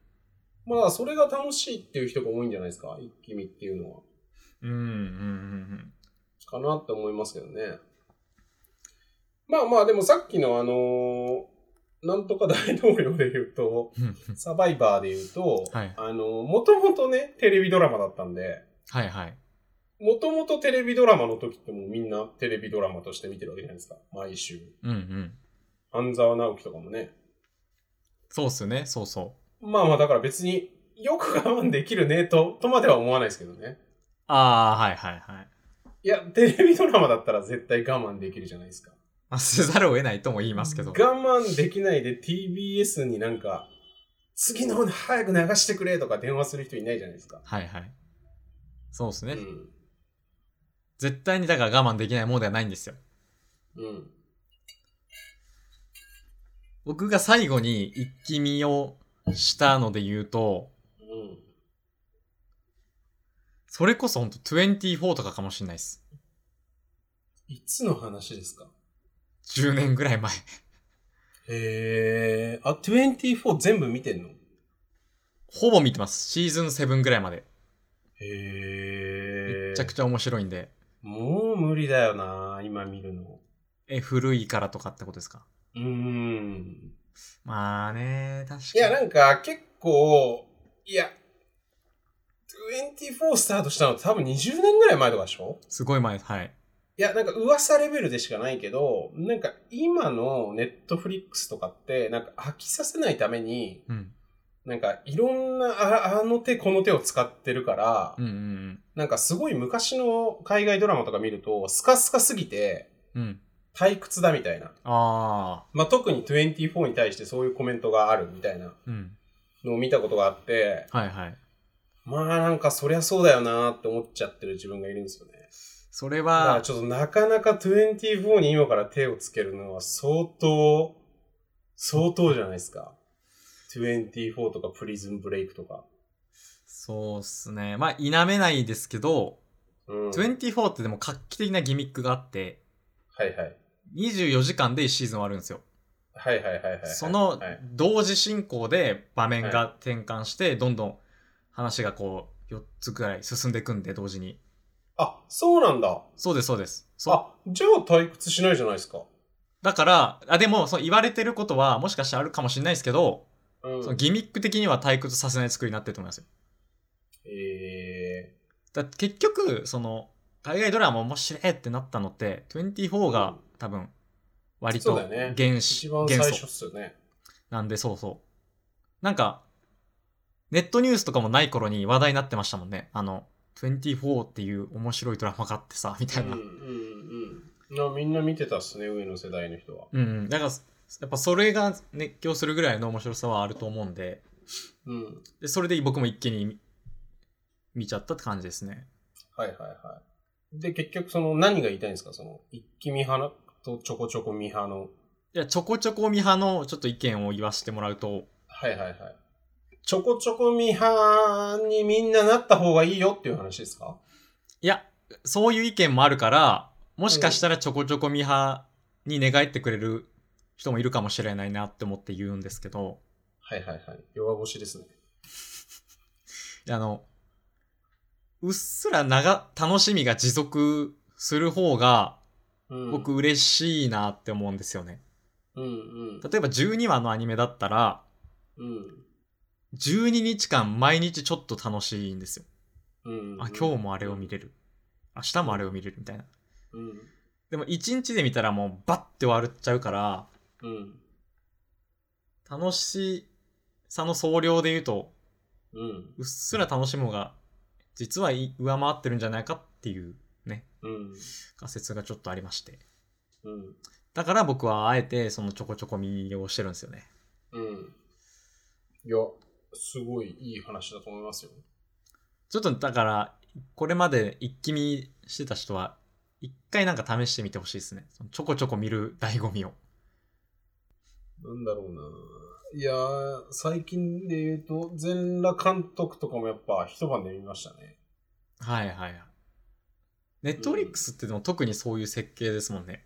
まあ、それが楽しいっていう人が多いんじゃないですか。一気見っていうのは。うんうんうんかなって思いますけどね。まあまあ、でもさっきのあのーなんとか大統領で言うと、うん。うんサバイバーで言うと、はいあの、もともとね、テレビドラマだったんで、はいはい。もともとテレビドラマの時ってもうみんなテレビドラマとして見てるわけじゃないですか。毎週。うんうん。半沢直樹とかもね。そうっすよね。そうそう。まあまあ、だから別によく我慢できるねと、とまでは思わないですけどね。ああ、はいはいはい。いや、テレビドラマだったら絶対我慢できるじゃないですか。まあ、せざるを得ないとも言いますけど。我慢できないで TBS になんか、次の早く流してくれとか電話する人いないじゃないですか。はいはい。そうっすうね。ん。絶対にだから我慢できないものではないんですよ。うん。僕が最後に一気見をしたので言うと、うん。それこそほんと24とかかもしれないです。いつの話ですか10年ぐらい前。へえ。あ、24全部見てんのほぼ見てます。シーズン7ぐらいまで。めへえ。ちゃくちゃ面白いんで。もう無理だよな、今見るの。え、古いからとかってことですかうーん。まあね、確かに。いや、なんか結構、いや、24スタートしたの多分20年ぐらい前とかでしょすごい前、はい。いや、なんか噂レベルでしかないけど、なんか今のネットフリックスとかって、なんか飽きさせないために、うん。なんかいろんなああの手この手を使ってるから、うんうんなんかすごい昔の海外ドラマとか見ると、スカスカすぎてうん。うん。退屈だみたいな。あまあ、特に24に対してそういうコメントがあるみたいなあ。うん。のを見たことがあって、はいはい。まあなんかそりゃそうだよなーって思っちゃってる自分がいるんですよね。それだかはら、ちょっとなかなか24に今から手をつけるのは相当、相当じゃないですか。24とかプリズンブレイクとか。そうっすね。まあ、否めないですけど、うん。はい24ってでも画期的なギミックがあって、はい。 24時間で1シーズン終わるんですよ。はいはいはいはい。そのはい、同時進行で場面が転換して、どんどん話がこう、4つくらい進んでいくんで、同時に。あ、そうなんだ。そうです、そうです。そう。あ、じゃあ退屈しないじゃないですか。だから、あ、でも、そう言われてることは、もしかしたらあるかもしれないですけど、うんそのギミック的には退屈させない作りになってると思いますよ。えだって結局、その、海外ドラマ面白いってなったのって、24が多分、割そうとだよね原一始、番最元初素っすよね。なんでそうそうなんかネットニュースとかもない頃に話題になってましたもんねあの24っていう面白いドラマがあってさみうたんいな、うんうん。いやみんな見てたっすね、上の世代の人は。うんうん、だからやっぱそれが熱狂するぐらいの面白さはあると思うんでうん。でそれで僕も一気に見見ちゃったって感じですねはいはいはい。で、結局その何が言いたいんですかその、一気見派とちょこちょこ見派の。いやちょこちょこミ派のちょっと意見を言わせてもらうとはいはいはい。ちょこちょこ見派にみんななった方がいいよっていう話ですかいやそういう意見もあるからもしかしたらちょこちょこミ派に寝返ってくれる人もいるかもしれないなって思って言うんですけどはいはいはい。弱腰ですね。あのうっすら長楽しみが持続する方がうん、僕嬉しいなって思うんですよね、うんうん。例えば12話のアニメだったらうん。 12日間毎日ちょっと楽しいんですよ。うんうん。あ、今日もあれを見れる。明日もあれを見れるみたいな。うん。でも1日で見たらもうバッて終わっちゃうから、うん。楽しさの総量で言うと、うん。うっすら楽しむ方が、実はい上回ってるんじゃないかっていうね、うん。仮説がちょっとありまして。うん。だから僕はあえてそのちょこちょこ見をしてるんですよね。うん。いや、すごいいい話だと思いますよ。ちょっとだから、これまで一気見してた人は、一回なんか試してみてほしいですね。そのちょこちょこ見る醍醐味を。なんだろうな。いやー、最近で言うと、全裸監督とかもやっぱ一晩で見ましたね。はいはいはい。ネットフリックスってでも特にそういう設計ですもんね。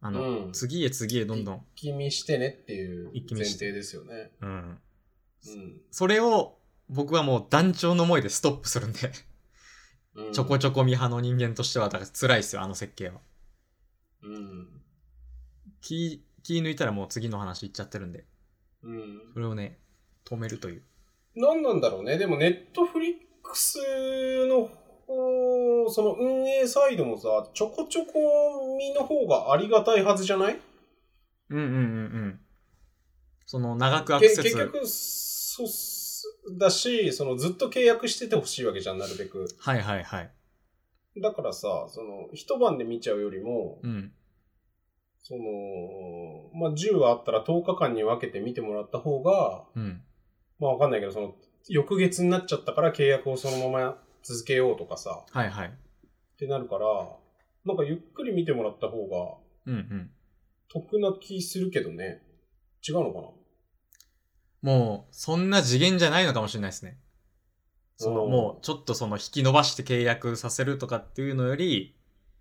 あの、うん次へ次へどんどん。一気見してねっていう一気前見して提ですよね。うん。うんそれを僕はもう団長の思いでストップするんで、うん。ちょこちょこ見派の人間としては、だから辛いですよ、あの設計は。うん。気、気抜いたらもう次の話いっちゃってるんで、うん。それをね、止めるという。なんなんだろうね。でも、ネットフリックスの方、その運営サイドもさ、ちょこちょこ見の方がありがたいはずじゃないうんうんうんうん。その長くアクけセス。結局、そうっすだし、そのずっと契約しててほしいわけじゃん、なるべく。はいはいはい。だからさ、その、一晩で見ちゃうよりも、うん。その、まあ、10話あったら10日間に分けて見てもらった方が、うん。まあ、わかんないけど、その、翌月になっちゃったから契約をそのまま続けようとかさ、っはいはい。てなるから、なんかゆっくり見てもらった方がうんうん。得な気するけどね。違うのかなもう、そんな次元じゃないのかもしれないですね。その、うんもう、ちょっとその、引き伸ばして契約させるとかっていうのより、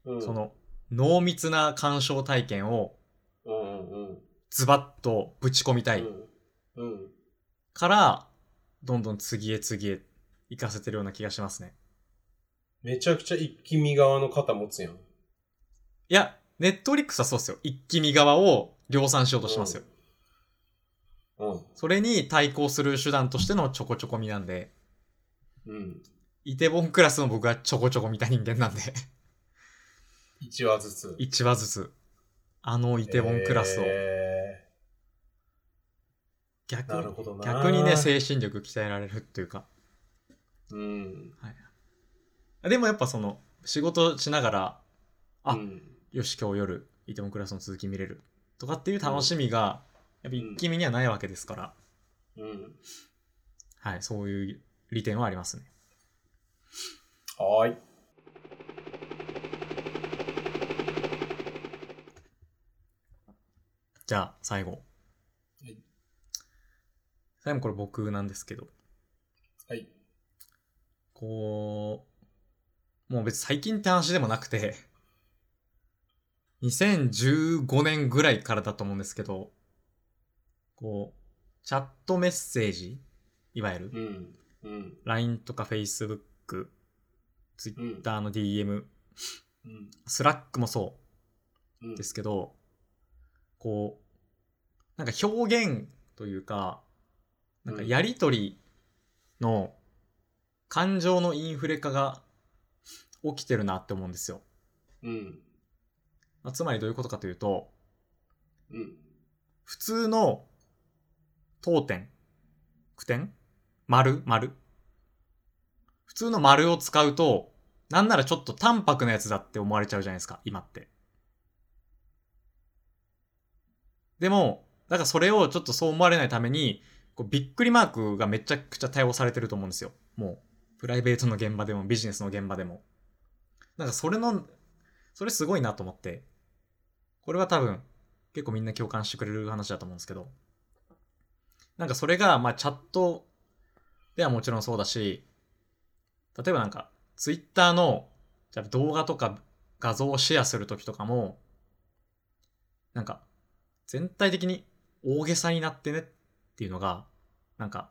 うん。そ、の、濃密な鑑賞体験を、うんうんうん。ズバッとぶち込みたはいうん。うんから、どんどん次へ次へ行かせてるような気がしますね。めちゃくちゃ一気見側の肩持つやん。いや、ネットフリックスはそうですよ。一気見側を量産しようとしてますよ。うん。それに対抗する手段としてのちょこちょこみなんで、うん。イテボンクラスの僕はちょこちょこ見た人間なんで、 1話ずつ。 1話ずつ、あのイテボンクラスを、えー逆なにるほどな。逆にね、精神力鍛えられるっていうか。うん。でもやっぱその、仕事しながら、あうんよし、今日夜、イテモンクラスの続き見れる。とかっていう楽しみが、やっぱ一気見にはないわけですから、うん。はい、そういう利点はありますね。はーい。じゃあ、最後い。最後これ僕なんですけど、はい。こう、もう別に最近って話でもなくて、2015年ぐらいからだと思うんですけど、こう、チャットメッセージ、いわゆるう、ん。うん。 LINE とか Facebook、うん。 Twitter の DM、うん。 Slack もそうんうですけど、こう、なんか表現というか、なんかやりとりの感情のインフレ化が起きてるなって思うんですよ。うん。まあつまりどういうことかというと、うん。普通の当点、句点、丸、丸。普通の丸を使うと、なんならちょっと淡白なやつだって思われちゃうじゃないですか、今って。でも、だからそれをちょっとそう思われないために、こうびっくりマークがめちゃくちゃ対応されてると思うんですよ。もう、プライベートの現場でもビジネスの現場でも。なんかそれの、それすごいなと思って、これは多分、結構みんな共感してくれる話だと思うんですけどなんかそれがまあチャットではもちろんそうだし例えばなんかツイッターのじゃあ動画とか画像をシェアするときとかもなんか全体的に大げさになってねっていうのがなんか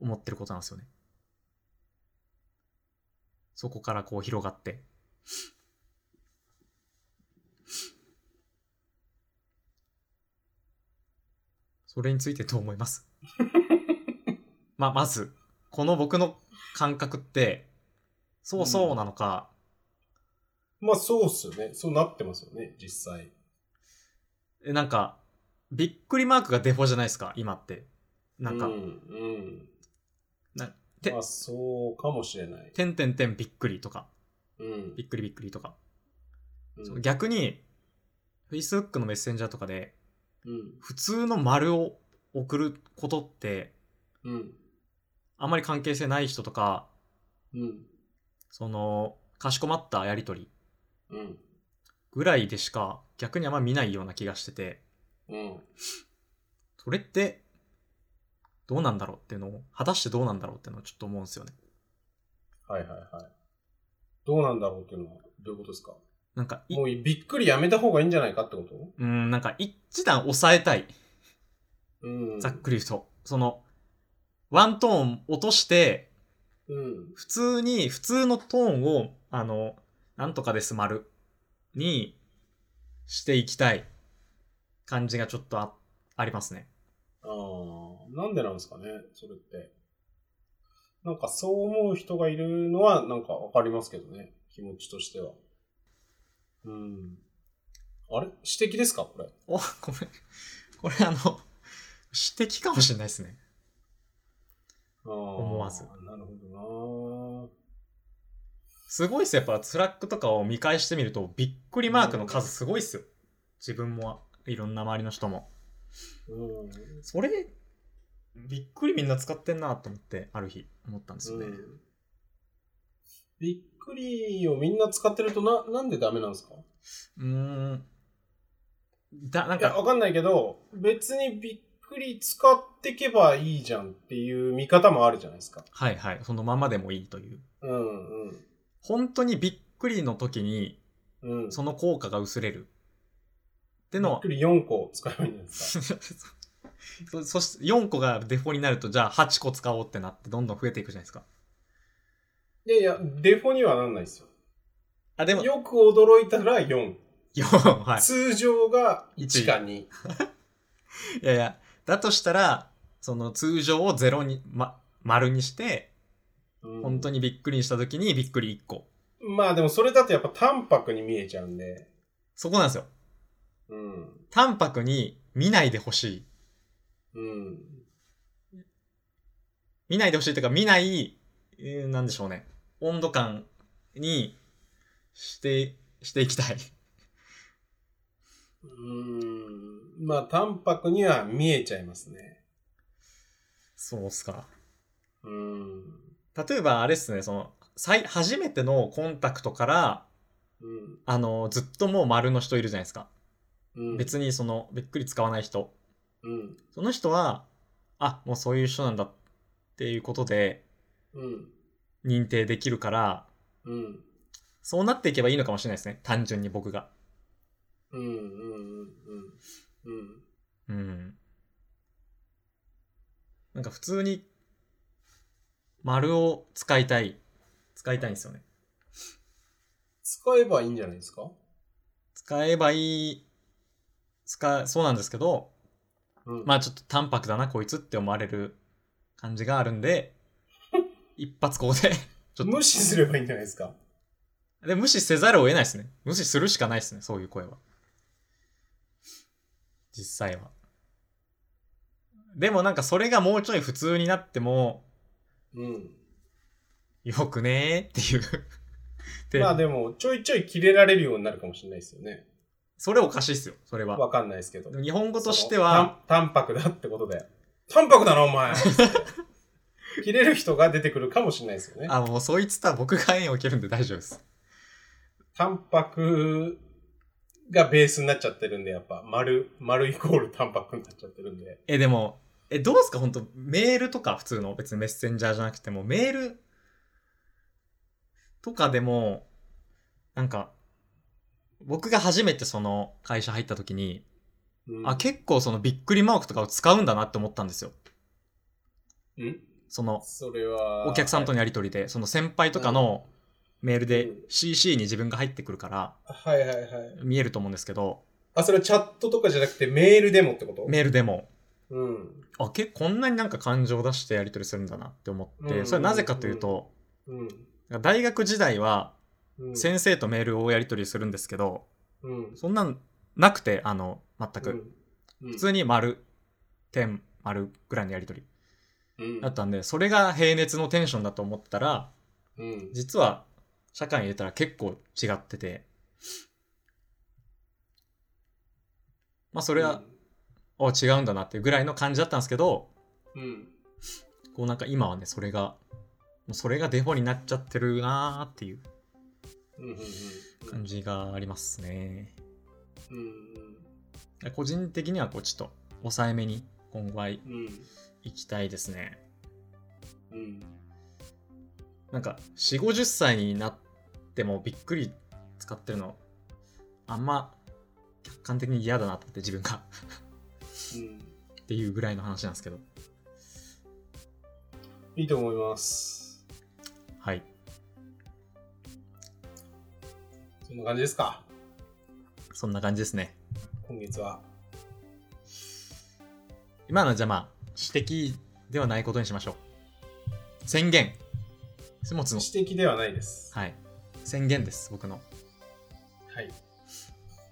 思ってることなんですよねそこからこう広がってそれについてどう思いますまあまずこの僕の感覚ってそうそうなのか、まあそうっすよね。そうなってますよね、実際。えなんかびっくりマークがデフォじゃないですか今ってなんか、うん、うん。なてまあそうかもしれない。てんてんてんびっくりとかうん。びっくりびっくりとか、うそんう逆に Facebook のメッセンジャーとかでうん。普通の丸を送ることってうん。あんまり関係性ない人とかうん。そのかしこまったやり取りうん。ぐらいでしか逆にあんま見ないような気がしててうん。それってどうなんだろうっていうのを果たしてどうなんだろうっていうのをちょっと思うんですよねはいはいはい。どうなんだろうっていうのは、どういうことですかなんかいもうびっくりやめた方がいいんじゃないかってことうんなんか一段抑えたいうん。ざっくり言うとそのワントーン落としてうん。普通に普通のトーンをあのなんとかです丸にしていきたい感じがちょっとあありますねああ、なんでなんですかね、それって。なんかそう思う人がいるのは、なんかわかりますけどね、気持ちとしては。うん。あれ指摘ですかこれ。おこれこれあの指摘かもしれないですね思わずなるほすごいっすよやっぱスラックとかを見返してみるとびっくりマークの数すごいっすよ自分もいろんな周りの人もどなうん。それびっくりみんな使ってんなと思ってある日思ったんですよね、うんびっくりをみんな使ってるとな、なんでダメなんですかうーんだなんいや、かわかんないけど、別にびっくり使ってけばいいじゃんっていう見方もあるじゃないですか。はいはいそのままでもいいといううんうん。本当にびっくりの時にうん。その効果が薄れるってのびっはくり4個使えばいいんじゃないですか。 そそして4個がデフォになるとじゃあ8個使おうってなってどんどん増えていくじゃないですかいやいや、デフォにはなんないですよ。あでもよく驚いたら4。 4 はい通常が一1か2。いやいや、だとしたら、その通常をゼロに、ま、丸にして、うん本当にびっくりした時にびっくり1個。まあでもそれだとやっぱ淡白に見えちゃうんで。そこなんですよ。うん。淡白に見ないでほしい。うん。見ないでほしいというか、見ない、えーなんでしょうね。温度感にして、していきたい。うん。まあ淡白には見えちゃいますね。そうっすか。うん。例えば、あれっすね、その、最、初めてのコンタクトから、うんあの、ずっともう丸の人いるじゃないですか。うん。別にその、びっくり使わない人。うん。その人は、あ、もうそういう人なんだっていうことでうん。認定できるから、うん。そうなっていけばいいのかもしれないですね。単純に僕が。うん。うん。うん。うん。うん。なんか普通に、丸を使いたい。使いたいんですよね。使えばいいんじゃないですか使えばいい、使え、そうなんですけど、うん。まあちょっと淡白だな、こいつって思われる感じがあるんで、一発ここで、ちょっ無視すればいいんじゃないですかと。で、無視せざるを得ないですね。無視するしかないですね、そういう声は。実際は。でもなんかそれがもうちょい普通になっても、うん。よくねーっていう。で、まあでも、ちょいちょい切れられるようになるかもしれないですよね。それおかしいっすよ、それは。わかんないですけどで。も日本語としては、その。淡淡白だってことで。淡白だな、お 前切れる人が出てくるかもしれないですよね。あ、もうそいつとは僕が縁を切るんで大丈夫です。淡白がベースになっちゃってるんで、やっぱ、丸、丸イコール淡白になっちゃってるんで。え、でも、え、どうすか本当メールとか普通の別にメッセンジャーじゃなくても、メールとかでも、なんか、僕が初めてその会社入った時に、うんあ、結構そのびっくりマークとかを使うんだなって思ったんですよ。うんその、それは。お客さんとね。のやりとりで、その先輩とかのメールで CC に自分が入ってくるからはいはいはい。見えると思うんですけど、あ、それはチャットとかじゃなくてメールでもってことメールでも、うん。あ、けこんなになんか感情を出してやりとりするんだなって思っうて、んそれはなぜかというと、うん。大学時代はうん。先生とメールをやりとりするんですけど、うん。そんなんなくて、あの、全く。うん。普普通に丸、点、丸ぐらいのやりとりにだったんで、それが平熱のテンションだと思ったら、うん。実は社会に入れたら結構違ってて、まあそそれは、、あ違うんだなっていうぐらいの感じだったんですけど、うん。こうなんか今はね、それが、もうそれがデフォになっちゃってるなーっていううん。うん。感じがありますね。うん。個人的にはこうちょっと抑えめに今後は行うん。きたいですね。うん。なんか4、50歳になってもびっくり使ってるの、あんま客観的に嫌だなと思って自分が。 うん。っていうぐらいの話なんですけど。いいと思います。はい。そんな感じですかそんな感じですね。今月は。今のはじゃあまあ、指摘ではないことにしましょう。宣言。スモツの。指摘ではないです。はい。宣言です、僕の。はい。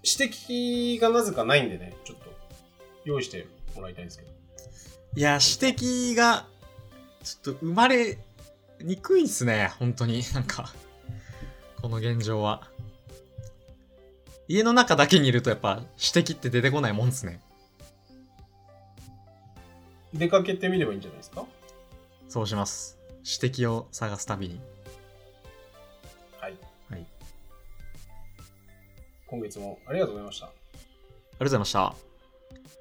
指摘がなぜかないんでね、ちょっと、用意してもらいたいんですけど。いや、指摘が、ちょっと生まれにくいっすね、本当に。 なんか、この現状は。家の中だけにいるとやっぱ指摘って出てこないもんですね。出かけてみればいいんじゃないですかそうします。指摘を探すたびに。はい。はい。今月もありがとうございました。ありがとうございました。